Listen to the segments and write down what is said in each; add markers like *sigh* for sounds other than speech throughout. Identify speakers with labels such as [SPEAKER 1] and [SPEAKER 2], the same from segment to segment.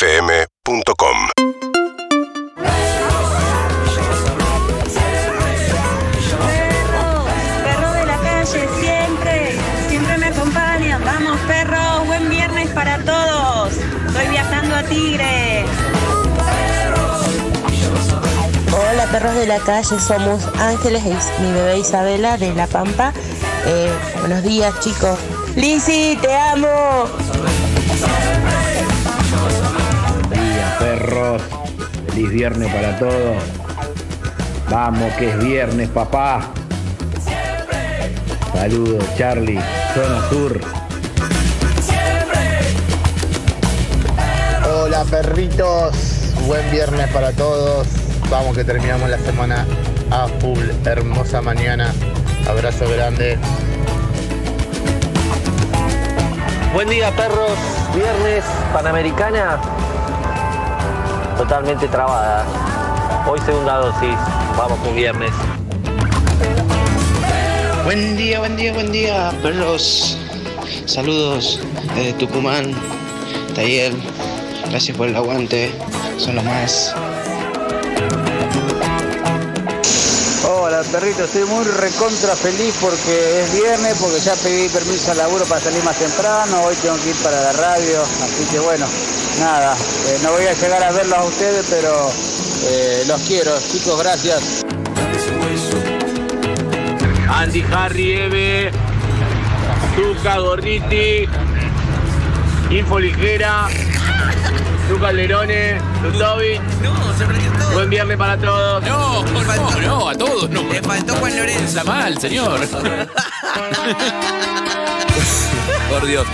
[SPEAKER 1] UrbanaPlayFM.com
[SPEAKER 2] Perro, perro de la calle, siempre, siempre me acompañan. Vamos, perro, buen viernes para todos. Estoy viajando a Tigre.
[SPEAKER 3] Hola perros de la calle, somos Ángeles, es mi bebé Isabela de La Pampa. Eh, buenos días chicos. Lizzy, te amo.
[SPEAKER 4] días, perros. Feliz viernes para todos. Vamos, que es viernes, papá. Saludos, Charlie, Zona Sur.
[SPEAKER 5] Hola perritos, buen viernes para todos. Vamos que terminamos la semana a full, hermosa mañana. Abrazo grande.
[SPEAKER 6] Buen día, perros. Viernes, Panamericana. Totalmente trabada. Hoy segunda dosis. Vamos con viernes.
[SPEAKER 7] Buen día, buen día, buen día, perros. Saludos desde Tucumán, Taller. Gracias por el aguante, son los más.
[SPEAKER 8] Hola perrito, estoy muy recontra feliz porque es viernes, porque ya pedí permiso al laburo para salir más temprano, hoy tengo que ir para la radio, así que bueno, nada, eh, no voy a llegar a verlos a ustedes, pero eh, los quiero, chicos, gracias.
[SPEAKER 9] Andy Harry Eve, Tuca Gorriti, Info Ligera, Tuca Lerone, Lutovic. Buen viernes para todos.
[SPEAKER 10] No, no, no, a todos no. Le faltó Juan Lorenzo. Está mal, señor. Por Dios.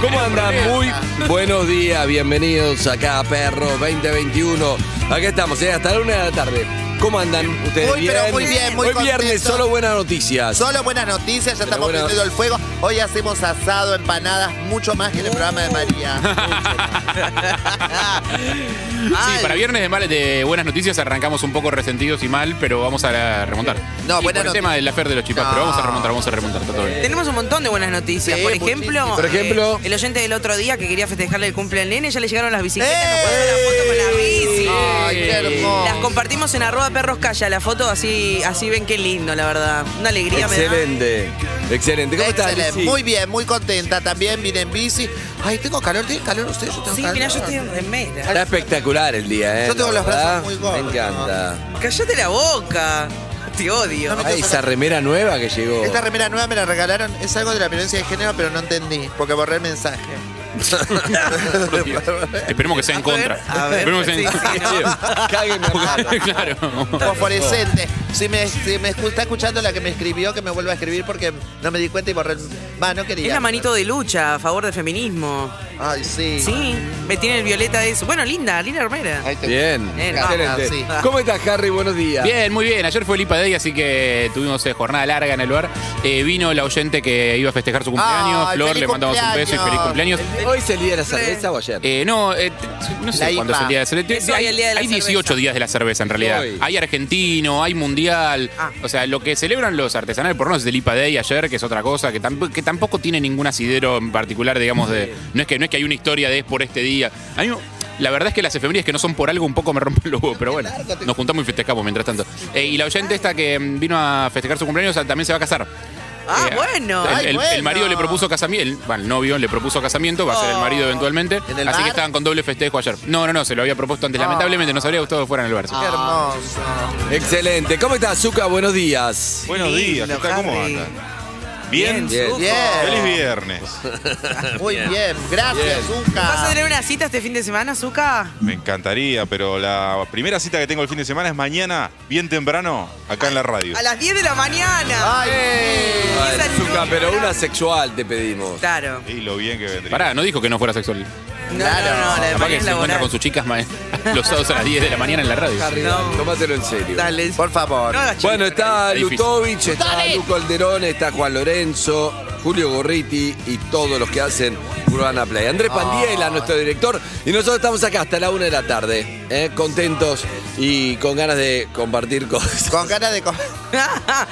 [SPEAKER 11] ¿Cómo andan? Muy buenos días, bienvenidos acá a Perro 2021. Acá estamos, eh, hasta la una de la tarde. ¿Cómo andan ustedes?
[SPEAKER 12] Muy, pero muy bien, muy
[SPEAKER 11] Hoy viernes,
[SPEAKER 12] contentos.
[SPEAKER 11] solo buenas noticias.
[SPEAKER 12] Solo buenas noticias, ya estamos
[SPEAKER 11] buena-
[SPEAKER 12] prendiendo el fuego. Hoy hacemos asado, empanadas, mucho más que en el programa de María.
[SPEAKER 13] *laughs*
[SPEAKER 10] Sí,
[SPEAKER 12] Ay.
[SPEAKER 10] para viernes de, mal- de buenas noticias arrancamos un poco resentidos y mal, pero vamos a la- remontar.
[SPEAKER 12] No,
[SPEAKER 10] Y por
[SPEAKER 12] buenas
[SPEAKER 10] el tema
[SPEAKER 12] noticias.
[SPEAKER 10] del afer de los chipas,
[SPEAKER 12] No.
[SPEAKER 10] pero vamos a remontar, vamos a remontar, está todo bien.
[SPEAKER 13] Tenemos un montón de buenas noticias.
[SPEAKER 12] Sí,
[SPEAKER 13] por ejemplo, eh,
[SPEAKER 12] muchísimas.
[SPEAKER 11] Por ejemplo.
[SPEAKER 13] el oyente del otro día que quería festejarle el cumple al nene, ya le llegaron las bicicletas, nos mandaron la foto con la bici.
[SPEAKER 12] Ay, qué hermoso.
[SPEAKER 13] Las compartimos en arroba perros calla, la foto así, así ven qué lindo, la verdad. Una alegría me da.
[SPEAKER 11] Excelente, excelente. ¿Cómo estás?
[SPEAKER 12] Excelente,
[SPEAKER 11] Lizzy?
[SPEAKER 12] Muy bien, muy contenta. También vine en bici. Ay, tengo calor, ¿tienen calor ustedes? Yo tengo
[SPEAKER 13] Sí,
[SPEAKER 12] calor.
[SPEAKER 13] mirá, yo estoy en remera.
[SPEAKER 11] Está espectacular el día, ¿eh?
[SPEAKER 12] Yo tengo
[SPEAKER 11] La
[SPEAKER 12] los brazos
[SPEAKER 11] verdad,
[SPEAKER 12] muy gordos.
[SPEAKER 11] Me encanta.
[SPEAKER 13] Cállate la boca. Te odio.
[SPEAKER 12] No me-
[SPEAKER 11] Ay, esa remera nueva que llegó.
[SPEAKER 12] Esta remera nueva me la regalaron. Es algo de la violencia de género, pero no entendí, porque borré el mensaje.
[SPEAKER 10] Por Dios. Esperemos que sea en
[SPEAKER 13] A ver,
[SPEAKER 10] contra.
[SPEAKER 13] a ver,
[SPEAKER 10] Esperemos que sea en
[SPEAKER 13] sí, sí,
[SPEAKER 11] Cáguenme, hermano.
[SPEAKER 10] *laughs* claro.
[SPEAKER 12] Fosforescente. Si me, si me escu- está escuchando la que me escribió, que me vuelva a escribir porque no me di cuenta y borré el. Va, no quería.
[SPEAKER 13] Es la manito de lucha a favor del feminismo.
[SPEAKER 12] Ay, sí.
[SPEAKER 13] Sí, me tiene el violeta de eso. Bueno, linda, linda remera.
[SPEAKER 12] Ahí te-
[SPEAKER 11] Bien,
[SPEAKER 13] Bien,
[SPEAKER 11] excelente.
[SPEAKER 12] sí.
[SPEAKER 11] ¿Cómo estás, Harry? Buenos días.
[SPEAKER 10] Bien, muy bien. Ayer fue el IPA Day, así que tuvimos eh, jornada larga en el bar. Eh, vino la oyente que iba a festejar su cumpleaños.
[SPEAKER 12] Ay,
[SPEAKER 10] Flor,
[SPEAKER 12] feliz
[SPEAKER 10] le mandamos un beso y feliz cumpleaños.
[SPEAKER 12] cumpleaños.
[SPEAKER 11] ¿Hoy es el día de la cerveza o ayer?
[SPEAKER 10] Eh, no, eh, t- no
[SPEAKER 12] La
[SPEAKER 10] sé cuándo
[SPEAKER 12] IPA.
[SPEAKER 10] es el día de la cerveza.
[SPEAKER 13] Es hoy
[SPEAKER 10] hay
[SPEAKER 13] el día de la
[SPEAKER 10] hay 18
[SPEAKER 13] cerveza.
[SPEAKER 10] días de la cerveza en realidad.
[SPEAKER 11] Hoy.
[SPEAKER 10] Hay argentino, hay mundial.
[SPEAKER 13] Ah.
[SPEAKER 10] O sea, lo que celebran los artesanales, por no es del IPA Day ayer, que es otra cosa, que, tamp- que tampoco tiene ningún asidero en particular, digamos, de. No es que no es que hay una historia de es por este día. A mí, la verdad es que las efemérides que no son por algo un poco me rompen los huevos, pero bueno, nos juntamos y festejamos mientras tanto. Eh, y la oyente esta que mm, vino a festejar su cumpleaños ah, también se va a casar.
[SPEAKER 13] Ah,
[SPEAKER 10] Eh,
[SPEAKER 13] bueno.
[SPEAKER 10] El,
[SPEAKER 12] Ay,
[SPEAKER 10] el- el
[SPEAKER 12] bueno.
[SPEAKER 10] marido le propuso casamiento, el, bueno, el novio le propuso casamiento, va a ser el marido
[SPEAKER 13] Oh.
[SPEAKER 10] eventualmente.
[SPEAKER 12] ¿En el
[SPEAKER 10] Así que
[SPEAKER 12] bar?
[SPEAKER 10] estaban con doble festejo ayer. No, no, no, se lo había propuesto antes. Lamentablemente nos habría gustado que fuera en el bar. sí.
[SPEAKER 12] Qué hermoso.
[SPEAKER 11] Excelente. ¿Cómo estás, Zuka? Buenos días.
[SPEAKER 14] Buenos días,
[SPEAKER 13] Lindo,
[SPEAKER 14] Tuca, ¿cómo
[SPEAKER 13] Harry.
[SPEAKER 14] andan? Bien,
[SPEAKER 11] Bien.
[SPEAKER 13] Zuko.
[SPEAKER 12] Bien.
[SPEAKER 14] feliz viernes.
[SPEAKER 12] Muy bien, gracias,
[SPEAKER 13] ¿Vas a
[SPEAKER 12] Zuka.
[SPEAKER 13] tener una cita este fin de semana, Zuka?
[SPEAKER 14] Me encantaría, pero la primera cita que tengo el fin de semana es mañana, bien temprano, acá en la radio.
[SPEAKER 13] A las 10 de la mañana.
[SPEAKER 11] Ah,
[SPEAKER 12] Ay,
[SPEAKER 11] Ay,
[SPEAKER 13] Esa es
[SPEAKER 11] Zuka,
[SPEAKER 13] mi
[SPEAKER 11] pero
[SPEAKER 13] gran-
[SPEAKER 11] una sexual te pedimos.
[SPEAKER 13] Claro.
[SPEAKER 14] Y lo bien que vendría.
[SPEAKER 10] Pará, no dijo que no fuera sexual.
[SPEAKER 13] No, no, no, la de
[SPEAKER 10] Capaz
[SPEAKER 13] mañana
[SPEAKER 10] que
[SPEAKER 13] es
[SPEAKER 10] se encuentra
[SPEAKER 13] laboral.
[SPEAKER 10] con sus chicas ma- *laughs* los sábados a las 10 de la mañana en la radio.
[SPEAKER 11] Harry,
[SPEAKER 13] No.
[SPEAKER 11] tómatelo en serio.
[SPEAKER 13] Dale.
[SPEAKER 12] por favor.
[SPEAKER 13] No hagas chiste,
[SPEAKER 11] Bueno, está
[SPEAKER 10] Está difícil.
[SPEAKER 11] Lutovic, está Luco Alderón, está Juan Lorenzo, Julio Gorriti y todos los que hacen Urbana Play. Andrés Pandiela, nuestro director, y nosotros estamos acá hasta la una de la tarde, ¿eh? contentos y con ganas de compartir cosas.
[SPEAKER 12] Con ganas de comer.
[SPEAKER 13] *laughs*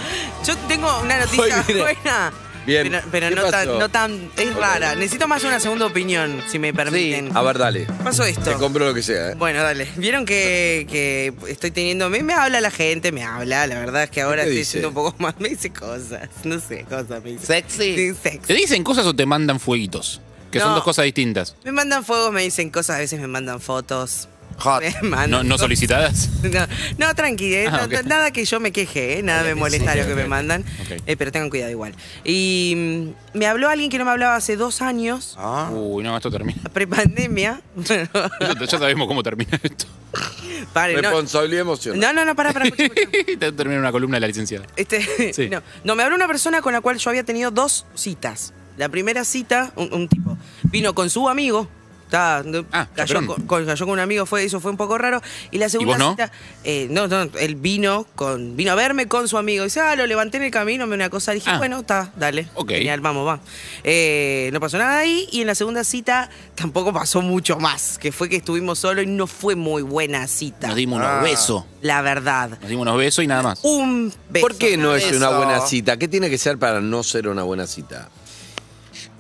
[SPEAKER 13] Yo tengo una
[SPEAKER 11] Hoy
[SPEAKER 13] noticia
[SPEAKER 11] viene-
[SPEAKER 13] buena.
[SPEAKER 11] Bien.
[SPEAKER 13] Pero, pero
[SPEAKER 11] ¿Qué
[SPEAKER 13] no,
[SPEAKER 11] pasó?
[SPEAKER 13] tan, no tan. Es rara. Necesito más una segunda opinión, si me permiten.
[SPEAKER 11] A ver, dale.
[SPEAKER 13] Pasó esto.
[SPEAKER 11] Te compro lo que sea. ¿eh?
[SPEAKER 13] Bueno, dale. Vieron que, que estoy teniendo. Me, me habla la gente, me habla. La verdad es que ahora
[SPEAKER 10] te
[SPEAKER 13] estoy
[SPEAKER 10] dice?
[SPEAKER 13] siendo un poco *laughs* más. Me dice cosas. No sé, cosas me dice.
[SPEAKER 12] ¿Sexy?
[SPEAKER 13] Sí, sexy.
[SPEAKER 10] ¿Te dicen cosas o te mandan fueguitos? Que son
[SPEAKER 13] No.
[SPEAKER 10] dos cosas distintas.
[SPEAKER 13] Me mandan fuegos, me dicen cosas, a veces me mandan fotos. *laughs* Me mandan
[SPEAKER 10] ¿No, no
[SPEAKER 13] cosas.
[SPEAKER 10] solicitadas?
[SPEAKER 13] *laughs* No, no, tranqui, eh,
[SPEAKER 10] Ah,
[SPEAKER 13] no-
[SPEAKER 10] ok.
[SPEAKER 13] no- nada que yo me queje, eh, nada me molesta lo que me mandan, eh, pero tengan cuidado igual. Y mm, me habló alguien que no me hablaba hace dos años,
[SPEAKER 11] Ah.
[SPEAKER 10] Uy, no, esto termina. *laughs*
[SPEAKER 13] prepandemia. *laughs*
[SPEAKER 10] Esto- ya sabemos cómo termina esto. *laughs*
[SPEAKER 13] Pare, no.
[SPEAKER 11] Responsabilidad emocional.
[SPEAKER 13] No, no, no, pará, pará. escucha, escucha.
[SPEAKER 10] termina una columna de la licenciada.
[SPEAKER 13] Este, *laughs*
[SPEAKER 10] Sí.
[SPEAKER 13] no, no, me habló una persona con la cual yo había tenido dos citas. La primera cita, un, un tipo, vino con su amigo. está, cayó,
[SPEAKER 10] chaperón.
[SPEAKER 13] con, con- cayó con un amigo, fue, eso fue un poco raro. Y la segunda
[SPEAKER 10] vos no?
[SPEAKER 13] cita, eh, no, no, él vino con, vino a verme con su amigo. Dice, ah, lo levanté en el camino, me dio una cosa. Le
[SPEAKER 10] Ah.
[SPEAKER 13] dije, bueno, está, dale. Genial, vamos, va. Eh, no pasó nada ahí. Y en la segunda cita tampoco pasó mucho más, que fue que estuvimos solos y no fue muy buena cita.
[SPEAKER 10] Nos dimos unos Ah. besos.
[SPEAKER 13] La verdad.
[SPEAKER 10] Nos dimos unos besos y nada más.
[SPEAKER 13] Un beso.
[SPEAKER 11] ¿Por qué no es
[SPEAKER 13] beso.
[SPEAKER 11] una buena cita? ¿Qué tiene que ser para no ser una buena cita?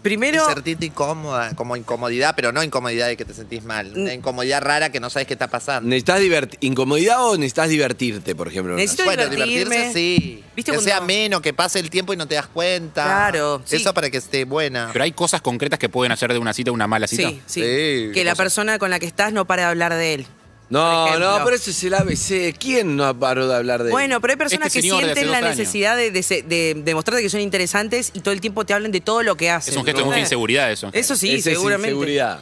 [SPEAKER 13] Primero.
[SPEAKER 12] Incertita incómoda, como incomodidad, pero no incomodidad de que te sentís mal.
[SPEAKER 13] Mm.
[SPEAKER 12] Una incomodidad rara que no sabes qué está pasando.
[SPEAKER 11] ¿Necesitas divert- incomodidad o necesitas divertirte, por ejemplo? en una cita?
[SPEAKER 12] bueno, divertirse sí. que sea ameno, que pase el tiempo y no te das cuenta.
[SPEAKER 13] Claro, sí.
[SPEAKER 12] Eso para que esté buena.
[SPEAKER 10] Ah. Pero hay cosas concretas que pueden hacer de una cita una mala cita.
[SPEAKER 13] Sí, sí. Que la
[SPEAKER 10] Cosas.
[SPEAKER 13] persona con la que estás no para de hablar de él.
[SPEAKER 11] No,
[SPEAKER 13] ejemplo.
[SPEAKER 11] no, pero eso Este es el ABC. ¿Quién no paró de hablar de él?
[SPEAKER 13] Bueno, pero hay personas que sienten la necesidad de, de, se- de demostrarte que son interesantes y todo el tiempo te hablan de todo lo que hacen.
[SPEAKER 10] Es un gesto de mucha
[SPEAKER 13] ¿Entendés?
[SPEAKER 10] inseguridad eso.
[SPEAKER 13] Eso sí,
[SPEAKER 11] Esa es
[SPEAKER 13] seguramente.
[SPEAKER 11] inseguridad.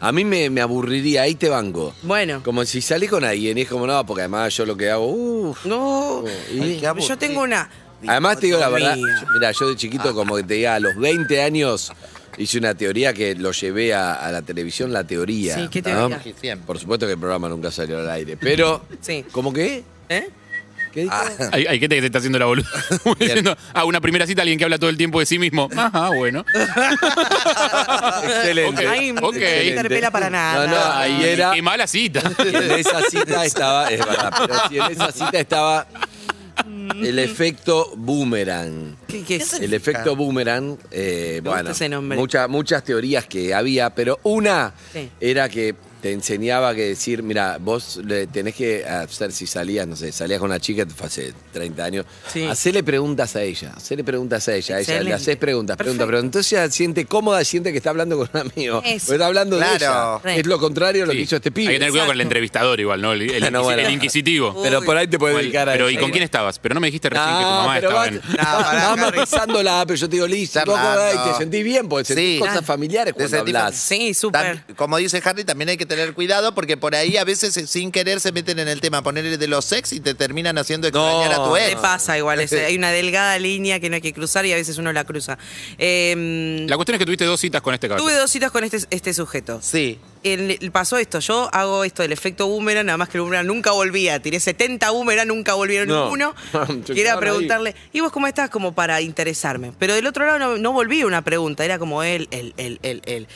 [SPEAKER 11] A mí me, me aburriría, ahí te banco.
[SPEAKER 13] Bueno.
[SPEAKER 11] Como si salí con alguien y es como, no, porque además yo lo que hago, uh, uff.
[SPEAKER 13] No,
[SPEAKER 11] Ay, qué aburrido.
[SPEAKER 13] yo tengo una.
[SPEAKER 11] Oh, Además te digo la verdad,
[SPEAKER 13] Dicotomía.
[SPEAKER 11] mira, yo de
[SPEAKER 13] Ah.
[SPEAKER 11] chiquito, como que te diga, a los 20 años hice una teoría que lo llevé a, a la televisión, la teoría.
[SPEAKER 13] Sí, ¿qué
[SPEAKER 11] ¿no?
[SPEAKER 13] teoría?
[SPEAKER 11] Por supuesto que el programa nunca salió al aire, pero...
[SPEAKER 13] Sí.
[SPEAKER 11] ¿Cómo qué?
[SPEAKER 13] ¿Eh?
[SPEAKER 11] ¿Qué dijo?
[SPEAKER 10] Hay, hay gente que te está haciendo la
[SPEAKER 11] *laughs*
[SPEAKER 10] boluda. Diciendo, ah, una primera cita, alguien que habla todo el tiempo de sí mismo. Ajá, bueno.
[SPEAKER 11] Excelente.
[SPEAKER 10] Ok,
[SPEAKER 13] Ay,
[SPEAKER 10] ok.
[SPEAKER 13] no me interpela para nada.
[SPEAKER 11] No, no, ahí
[SPEAKER 10] Ay,
[SPEAKER 11] era...
[SPEAKER 10] Qué mala cita.
[SPEAKER 11] *laughs* Y en esa
[SPEAKER 13] *laughs*
[SPEAKER 11] cita estaba, es verdad, pero si en esa cita estaba
[SPEAKER 13] Mm.
[SPEAKER 11] el efecto boomerang.
[SPEAKER 13] ¿Qué, qué es?
[SPEAKER 11] El efecto boomerang, eh,
[SPEAKER 13] Me gusta
[SPEAKER 11] bueno,
[SPEAKER 13] ese nombre.
[SPEAKER 11] mucha- muchas teorías que había, pero una
[SPEAKER 13] Sí.
[SPEAKER 11] era que te enseñaba que decir, mira, vos le tenés que hacer, si salías, no sé, salías con una chica hace 30 años, hacele preguntas a ella, hacele preguntas a ella, a ella le
[SPEAKER 13] Excelente.
[SPEAKER 11] haces preguntas, preguntas, preguntas. Entonces ella siente cómoda, siente que está hablando con un amigo,
[SPEAKER 13] Eso.
[SPEAKER 11] porque está hablando
[SPEAKER 10] Claro.
[SPEAKER 11] de ella. Es lo contrario a lo que hizo este
[SPEAKER 10] Hay
[SPEAKER 11] pibe.
[SPEAKER 10] que tener cuidado con el entrevistador igual, ¿no? El, el
[SPEAKER 11] *laughs* No,
[SPEAKER 10] inquisi-
[SPEAKER 11] bueno.
[SPEAKER 10] el inquisitivo.
[SPEAKER 11] Pero por ahí te puede
[SPEAKER 10] Igual,
[SPEAKER 11] dedicar a
[SPEAKER 10] Pero ¿y
[SPEAKER 11] eso.
[SPEAKER 10] con quién estabas? Pero no me dijiste recién que tu mamá
[SPEAKER 11] pero
[SPEAKER 10] estaba
[SPEAKER 11] vas,
[SPEAKER 10] en...
[SPEAKER 11] vas- vas *laughs* matizándola, pero yo te digo, listo, tú
[SPEAKER 12] Charlando.
[SPEAKER 11] acordás y te sentís bien, porque sentís
[SPEAKER 12] Sí.
[SPEAKER 11] cosas familiares
[SPEAKER 12] Te
[SPEAKER 11] cuando
[SPEAKER 12] sentís
[SPEAKER 11] hablas.
[SPEAKER 13] Sí, súper.
[SPEAKER 12] Tam- Como dice Harry, también hay que tener cuidado porque por ahí a veces eh, sin querer se meten en el tema, ponerle de los sex y te terminan haciendo extrañar a tu ex.
[SPEAKER 13] Te pasa igual,
[SPEAKER 11] *laughs*
[SPEAKER 13] es- hay una delgada línea que no hay que cruzar y a veces uno la cruza. Eh,
[SPEAKER 10] La cuestión es que tuviste dos citas con este
[SPEAKER 13] Tuve
[SPEAKER 10] caballero.
[SPEAKER 13] dos citas con este, este sujeto.
[SPEAKER 12] Sí.
[SPEAKER 13] El- pasó esto, yo hago esto del efecto boomerang, nada más que el boomerang nunca volvía. Tiré 70 boomerang, nunca volvieron
[SPEAKER 11] No. *laughs*
[SPEAKER 13] ninguno.
[SPEAKER 11] Se
[SPEAKER 13] que era
[SPEAKER 11] quedaron
[SPEAKER 13] preguntarle, ¿y vos cómo estás? Como para interesarme. Pero del otro lado no, no volví una pregunta, era como él, él, él, él, él.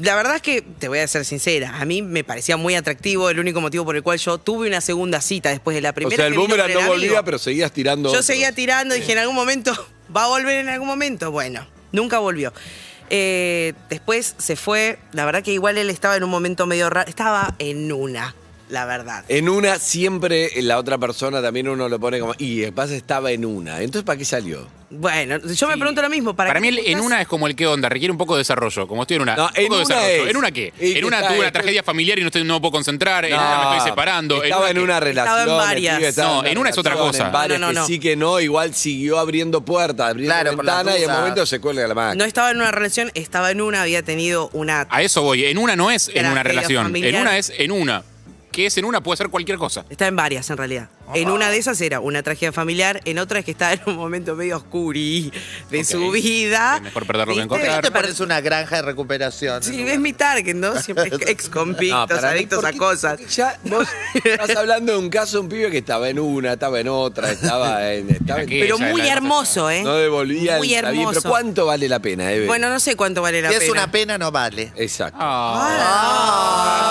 [SPEAKER 13] La verdad es que, te voy a ser sincera, a mí me parecía muy atractivo, el único motivo por el cual yo tuve una segunda cita después de la
[SPEAKER 11] O
[SPEAKER 13] primera.
[SPEAKER 11] sea, el
[SPEAKER 13] que vino
[SPEAKER 11] boomerang
[SPEAKER 13] con
[SPEAKER 11] no
[SPEAKER 13] amigo.
[SPEAKER 11] volvía, pero seguías tirando.
[SPEAKER 13] Yo seguía tirando, dije en algún momento, *laughs* va a volver en algún momento. Bueno, nunca volvió. Eh, después se fue, la verdad que igual él estaba en un momento medio raro, estaba en una, la verdad.
[SPEAKER 11] En una, siempre la otra persona también uno lo pone como, y el pase estaba en una. Entonces, ¿para qué salió?
[SPEAKER 13] Bueno, yo me pregunto lo mismo. ¿para,
[SPEAKER 10] Para
[SPEAKER 13] qué
[SPEAKER 10] mí el- en
[SPEAKER 13] buscas?
[SPEAKER 10] una es como el qué onda, requiere un poco de desarrollo. Como estoy en una.
[SPEAKER 11] No,
[SPEAKER 10] un poco
[SPEAKER 11] en
[SPEAKER 10] de
[SPEAKER 11] una
[SPEAKER 10] desarrollo.
[SPEAKER 11] es.
[SPEAKER 10] ¿En una qué?
[SPEAKER 11] Y que
[SPEAKER 10] En una
[SPEAKER 11] está-
[SPEAKER 10] tuve una
[SPEAKER 11] está-
[SPEAKER 10] tragedia familiar y no, estoy, no me puedo concentrar. en una me estoy separando.
[SPEAKER 11] Estaba en
[SPEAKER 10] qué?
[SPEAKER 11] una relación. el pibe estaba
[SPEAKER 10] No, en una es otra
[SPEAKER 11] relación,
[SPEAKER 10] cosa.
[SPEAKER 11] En varias
[SPEAKER 13] No, no,
[SPEAKER 11] que
[SPEAKER 13] no.
[SPEAKER 11] sí que no, igual siguió abriendo puertas, abriendo
[SPEAKER 12] Claro, por las
[SPEAKER 11] ventanas y en
[SPEAKER 12] dudas.
[SPEAKER 11] el momento se cuelga la
[SPEAKER 13] No
[SPEAKER 11] máquina.
[SPEAKER 13] estaba en una relación, estaba en una, había tenido una...
[SPEAKER 10] A eso voy. En una no es en
[SPEAKER 13] Tragedia
[SPEAKER 10] una relación.
[SPEAKER 13] familiar.
[SPEAKER 10] En una es en una. ¿Qué es en una? Puede ser cualquier cosa.
[SPEAKER 13] Está en varias en realidad.
[SPEAKER 11] Ah,
[SPEAKER 13] En una de esas era una tragedia familiar, en otra es que estaba en un momento medio oscuri de su vida.
[SPEAKER 10] Mejor perderlo que
[SPEAKER 13] ¿Viste?
[SPEAKER 10] encontrar.
[SPEAKER 12] Te parece una granja de recuperación.
[SPEAKER 13] Sí, es mi target, ¿no?
[SPEAKER 11] *laughs*
[SPEAKER 13] Siempre ex
[SPEAKER 11] No,
[SPEAKER 13] convictos,
[SPEAKER 11] para mí,
[SPEAKER 13] adictos
[SPEAKER 11] ¿por
[SPEAKER 13] a
[SPEAKER 11] qué-
[SPEAKER 13] cosas.
[SPEAKER 11] Ya vos *laughs* estás hablando de un caso, un pibe que estaba en una, estaba en otra, estaba en. Estaba en-
[SPEAKER 13] Pero muy hermoso, ¿eh?
[SPEAKER 11] No devolvía el
[SPEAKER 13] Muy
[SPEAKER 11] está bien,
[SPEAKER 13] hermoso.
[SPEAKER 11] Pero ¿cuánto vale la pena, Eve?
[SPEAKER 13] Bueno, no sé cuánto vale la
[SPEAKER 12] Si
[SPEAKER 13] pena.
[SPEAKER 12] es una pena, no vale.
[SPEAKER 11] Exacto.
[SPEAKER 12] Ah,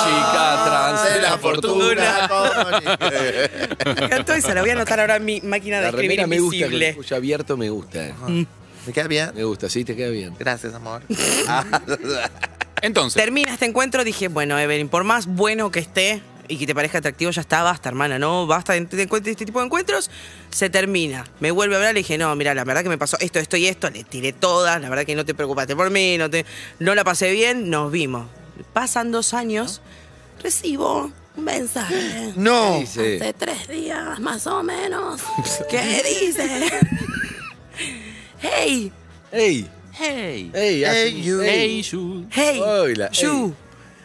[SPEAKER 11] Chica trans de la
[SPEAKER 12] fortuna.
[SPEAKER 11] fortuna.
[SPEAKER 12] *laughs*
[SPEAKER 13] *laughs* Me encantó esa, la voy a anotar ahora en mi máquina de
[SPEAKER 11] La
[SPEAKER 13] escribir
[SPEAKER 11] remera me gusta, con el
[SPEAKER 13] invisible.
[SPEAKER 11] cuello abierto me gusta. eh.
[SPEAKER 12] ¿Me queda bien?
[SPEAKER 11] Me gusta, sí, te queda bien. *laughs*
[SPEAKER 12] Gracias, amor.
[SPEAKER 10] Entonces.
[SPEAKER 13] Termina este encuentro, dije, bueno, Evelyn, por más bueno que esté y que te parezca atractivo, ya está, basta, hermana, no, basta de, de encuent- de este tipo de encuentros, se termina. Me vuelve a hablar, le dije, no, mira, la verdad que me pasó esto, esto y esto, le tiré todas, la verdad que no te preocupaste por mí, no, te, no la pasé bien, nos vimos. Pasan dos años, recibo
[SPEAKER 11] *gasps*
[SPEAKER 13] un mensaje.
[SPEAKER 12] No.
[SPEAKER 13] Hace tres días, más o *laughs* menos. ¿Qué dice? hey,
[SPEAKER 11] ¡Ey!
[SPEAKER 13] hey.
[SPEAKER 11] ¡Ey! así.
[SPEAKER 13] Hey, Hey,
[SPEAKER 11] Hola,
[SPEAKER 13] you.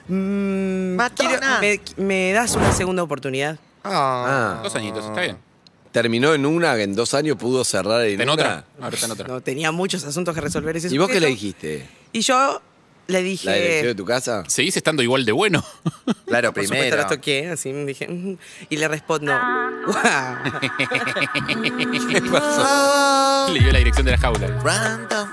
[SPEAKER 13] Mm,
[SPEAKER 12] Matona.
[SPEAKER 13] quiero- me, me das una segunda oportunidad?
[SPEAKER 11] Ah.
[SPEAKER 10] Dos añitos, está bien.
[SPEAKER 11] Terminó en una, en dos años pudo cerrar en,
[SPEAKER 10] En
[SPEAKER 11] una.
[SPEAKER 10] otra. Ahora está en otra.
[SPEAKER 13] No, tenía muchos asuntos que resolver. Ese
[SPEAKER 11] ¿Y vos qué le
[SPEAKER 13] sujeto.
[SPEAKER 11] dijiste?
[SPEAKER 13] Y yo le dije...
[SPEAKER 11] ¿La dirección de tu casa?
[SPEAKER 10] ¿Seguís estando igual de bueno? *laughs*
[SPEAKER 11] Claro,
[SPEAKER 13] Por supuesto, la toqué, así me dije. "Mm", Y le respondo. *laughs*
[SPEAKER 10] ¿Qué pasó? Le dio la dirección de la jaula.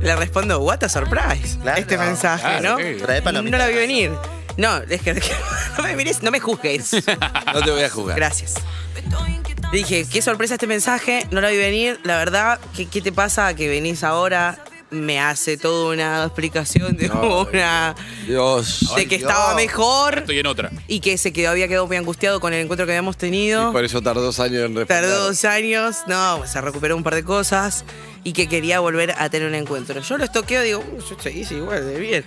[SPEAKER 13] le respondo, what a surprise. este mensaje,
[SPEAKER 10] Claro,
[SPEAKER 13] ¿no?
[SPEAKER 10] sí. Trae palomitas
[SPEAKER 13] no la vi venir. No, es que *laughs* no me mires, no me juzgues.
[SPEAKER 11] No te voy a jugar.
[SPEAKER 13] Gracias. Le dije, qué sorpresa este mensaje, no la vi venir. La verdad, ¿qué, qué te pasa que venís ahora? Me hace toda una explicación de
[SPEAKER 11] No,
[SPEAKER 13] una.
[SPEAKER 11] Dios.
[SPEAKER 13] de que estaba mejor
[SPEAKER 10] Estoy en otra.
[SPEAKER 13] y que se quedó, había quedado muy angustiado con el encuentro que habíamos tenido.
[SPEAKER 11] Por eso tardó dos años en responder.
[SPEAKER 13] Tardó dos años, no, pues, se recuperó un par de cosas y que quería volver a tener un encuentro. Yo lo estoqueo, digo, "Uh, yo te hice igual de bien.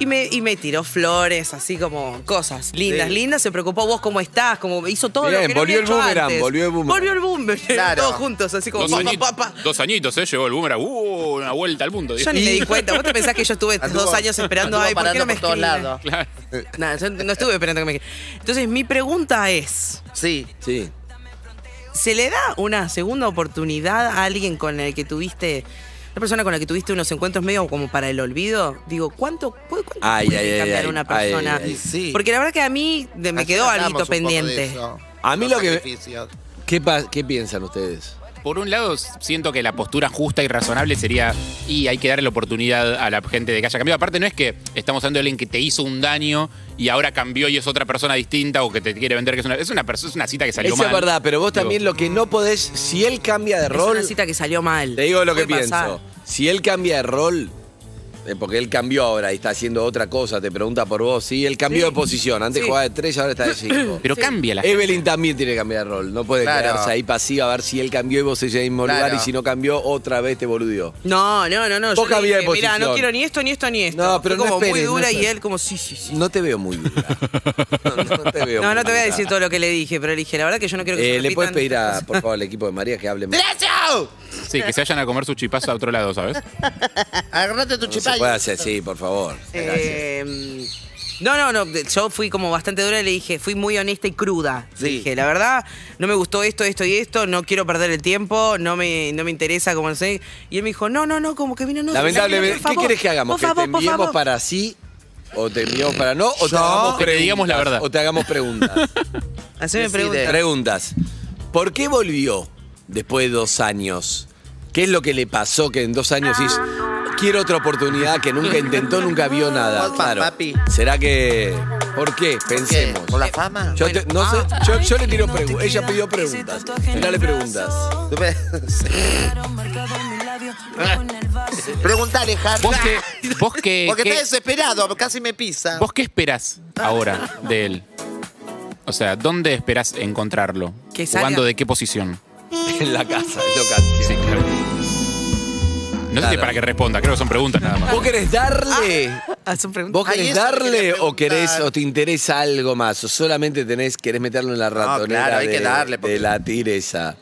[SPEAKER 13] Y me, y me tiró flores, así como cosas lindas,
[SPEAKER 11] Sí.
[SPEAKER 13] lindas. Se preocupó vos cómo estás, como hizo todo lo
[SPEAKER 11] Bien,
[SPEAKER 13] que no
[SPEAKER 11] volvió
[SPEAKER 13] había
[SPEAKER 11] el
[SPEAKER 13] hecho
[SPEAKER 11] boomerang,
[SPEAKER 13] antes.
[SPEAKER 11] volvió el boomerang.
[SPEAKER 13] Volvió el boomerang, *laughs*
[SPEAKER 11] Claro.
[SPEAKER 13] todos juntos, así como
[SPEAKER 10] Dos,
[SPEAKER 13] pa, pa,
[SPEAKER 10] añitos,
[SPEAKER 13] pa, pa.
[SPEAKER 10] dos añitos, ¿eh? Llegó el boomerang. ¡Uh! Una vuelta al mundo.
[SPEAKER 13] Yo ni me di cuenta. ¿Vos te pensás que yo estuve
[SPEAKER 10] Anduvo-
[SPEAKER 13] dos años esperando?
[SPEAKER 10] anduvo
[SPEAKER 13] Ay, ¿por qué
[SPEAKER 10] parando
[SPEAKER 13] no me
[SPEAKER 10] por todos
[SPEAKER 13] escribe?"
[SPEAKER 10] lados. *laughs* Claro.
[SPEAKER 13] Nada, yo no estuve esperando que me escriba. Entonces, mi pregunta es...
[SPEAKER 12] Sí.
[SPEAKER 11] Sí.
[SPEAKER 13] ¿Se le da una segunda oportunidad a alguien con el que tuviste, una persona con la que tuviste unos encuentros medio como para el olvido? Digo, ¿cuánto puede, cuánto
[SPEAKER 11] Ay,
[SPEAKER 13] puede
[SPEAKER 11] ay, ay,
[SPEAKER 13] cambiar
[SPEAKER 11] ay,
[SPEAKER 13] una
[SPEAKER 11] ay,
[SPEAKER 13] persona?
[SPEAKER 11] ay, ay. Sí.
[SPEAKER 13] Porque la verdad que a mí de- me quedó algo pendiente.
[SPEAKER 11] A mí lo que. ¿Qué, pa- ¿Qué piensan ustedes?
[SPEAKER 10] Por un lado, siento que la postura justa y razonable sería, y hay que darle la oportunidad a la gente de que haya cambiado. Aparte, no es que estamos hablando de alguien que te hizo un daño y ahora cambió y es otra persona distinta o que te quiere vender que es una, es una, perso- es una cita que salió
[SPEAKER 11] Eso
[SPEAKER 10] mal.
[SPEAKER 11] es verdad, pero vos
[SPEAKER 10] Digo,
[SPEAKER 11] también lo que no podés, si él cambia de
[SPEAKER 13] Es
[SPEAKER 11] rol.
[SPEAKER 13] una cita que salió mal.
[SPEAKER 11] Te digo lo que
[SPEAKER 13] Puede
[SPEAKER 11] pienso.
[SPEAKER 13] pasar.
[SPEAKER 11] Si él cambia de rol, eh, porque él cambió ahora y está haciendo otra cosa, te pregunta por vos, sí, él cambió
[SPEAKER 13] Sí.
[SPEAKER 11] de posición. Antes
[SPEAKER 13] Sí.
[SPEAKER 11] jugaba de tres, ahora está de
[SPEAKER 13] *coughs*
[SPEAKER 11] cinco.
[SPEAKER 10] Pero cambia
[SPEAKER 13] Eh.
[SPEAKER 10] la gente.
[SPEAKER 11] Evelyn también tiene que cambiar de rol. No puede
[SPEAKER 12] Claro.
[SPEAKER 11] quedarse ahí pasiva a ver si él cambió y vos en el mismo lugar
[SPEAKER 12] Claro.
[SPEAKER 11] y si no cambió, otra vez te boludió.
[SPEAKER 13] No, no, no, no.
[SPEAKER 11] Vos
[SPEAKER 13] le
[SPEAKER 11] cambiá de
[SPEAKER 13] dije, Mirá, no
[SPEAKER 11] posición".
[SPEAKER 13] quiero ni esto, ni esto, ni esto.
[SPEAKER 11] No, pero
[SPEAKER 13] Fui
[SPEAKER 11] no
[SPEAKER 13] como muy
[SPEAKER 11] esperes, no
[SPEAKER 13] dura y
[SPEAKER 11] esperes.
[SPEAKER 13] él como sí, sí, sí.
[SPEAKER 11] No te veo muy
[SPEAKER 13] *laughs*
[SPEAKER 11] dura. No, no te veo
[SPEAKER 13] No,
[SPEAKER 11] muy
[SPEAKER 13] no te voy
[SPEAKER 11] dura.
[SPEAKER 13] a decir todo lo que le dije, pero le dije, la verdad que yo no quiero que
[SPEAKER 11] Eh,
[SPEAKER 13] se
[SPEAKER 11] ¿Le puedes
[SPEAKER 13] repitan
[SPEAKER 11] pedir, a, por favor, al equipo de María que hable más?
[SPEAKER 10] Sí, que se vayan a comer su chipazo a otro lado,
[SPEAKER 13] *laughs*
[SPEAKER 10] ¿sabes?
[SPEAKER 12] Agarrate tu
[SPEAKER 11] No se
[SPEAKER 12] chipay.
[SPEAKER 11] puede hacer así, por favor.
[SPEAKER 13] Eh, no, no, no. de- Yo fui como bastante dura y le dije, fui muy honesta y cruda. Le
[SPEAKER 11] Sí.
[SPEAKER 13] Dije, la verdad, no me gustó esto, esto y esto, no quiero perder el tiempo, no me, no me interesa, como no sé. Y él me dijo, no, no, no, como que vino, no.
[SPEAKER 11] Lamentablemente,
[SPEAKER 13] por
[SPEAKER 11] ¿qué
[SPEAKER 13] favor,
[SPEAKER 11] querés que hagamos?
[SPEAKER 13] por
[SPEAKER 11] ¿Que te
[SPEAKER 13] favor, por
[SPEAKER 11] enviemos
[SPEAKER 13] favor.
[SPEAKER 11] para sí o te enviemos para no? ¿O te
[SPEAKER 10] Yo-
[SPEAKER 11] hagamos
[SPEAKER 10] Que te
[SPEAKER 11] preguntas?
[SPEAKER 10] digamos la verdad.
[SPEAKER 11] ¿O te hagamos preguntas?
[SPEAKER 13] Haceme *laughs* preguntas.
[SPEAKER 11] Preguntas. ¿Por qué volvió después de dos años? ¿Qué es lo que le pasó que en dos años dices, quiero otra oportunidad que nunca intentó, nunca vio nada? Claro. ¿Será que...? ¿Por qué? Pensemos. ¿Por
[SPEAKER 12] la fama?
[SPEAKER 11] Yo, te- no sé,
[SPEAKER 12] ah.
[SPEAKER 11] yo, yo le tiro preguntas. Ella pidió preguntas. Dale preguntas.
[SPEAKER 12] Preguntale, Harry.
[SPEAKER 10] ¿Vos qué, vos qué,
[SPEAKER 12] Porque
[SPEAKER 10] qué-
[SPEAKER 12] está desesperado, casi me pisa.
[SPEAKER 10] vos qué esperás ahora de él? O sea, ¿dónde esperás encontrarlo?
[SPEAKER 12] Que salga.
[SPEAKER 10] ¿Jugando de qué posición?
[SPEAKER 11] *laughs* En la casa, local.
[SPEAKER 10] Sí, claro. No sé si para que responda, creo que son preguntas nada más.
[SPEAKER 11] ¿Vos querés darle?
[SPEAKER 12] Ah.
[SPEAKER 11] ¿Vos
[SPEAKER 13] Ay,
[SPEAKER 11] querés
[SPEAKER 13] eso
[SPEAKER 11] darle
[SPEAKER 13] quería
[SPEAKER 11] o querés o te interesa algo más? ¿O solamente tenés, querés meterlo en la ratonera
[SPEAKER 12] claro, hay
[SPEAKER 11] de,
[SPEAKER 12] que darle,
[SPEAKER 11] de la tiresa?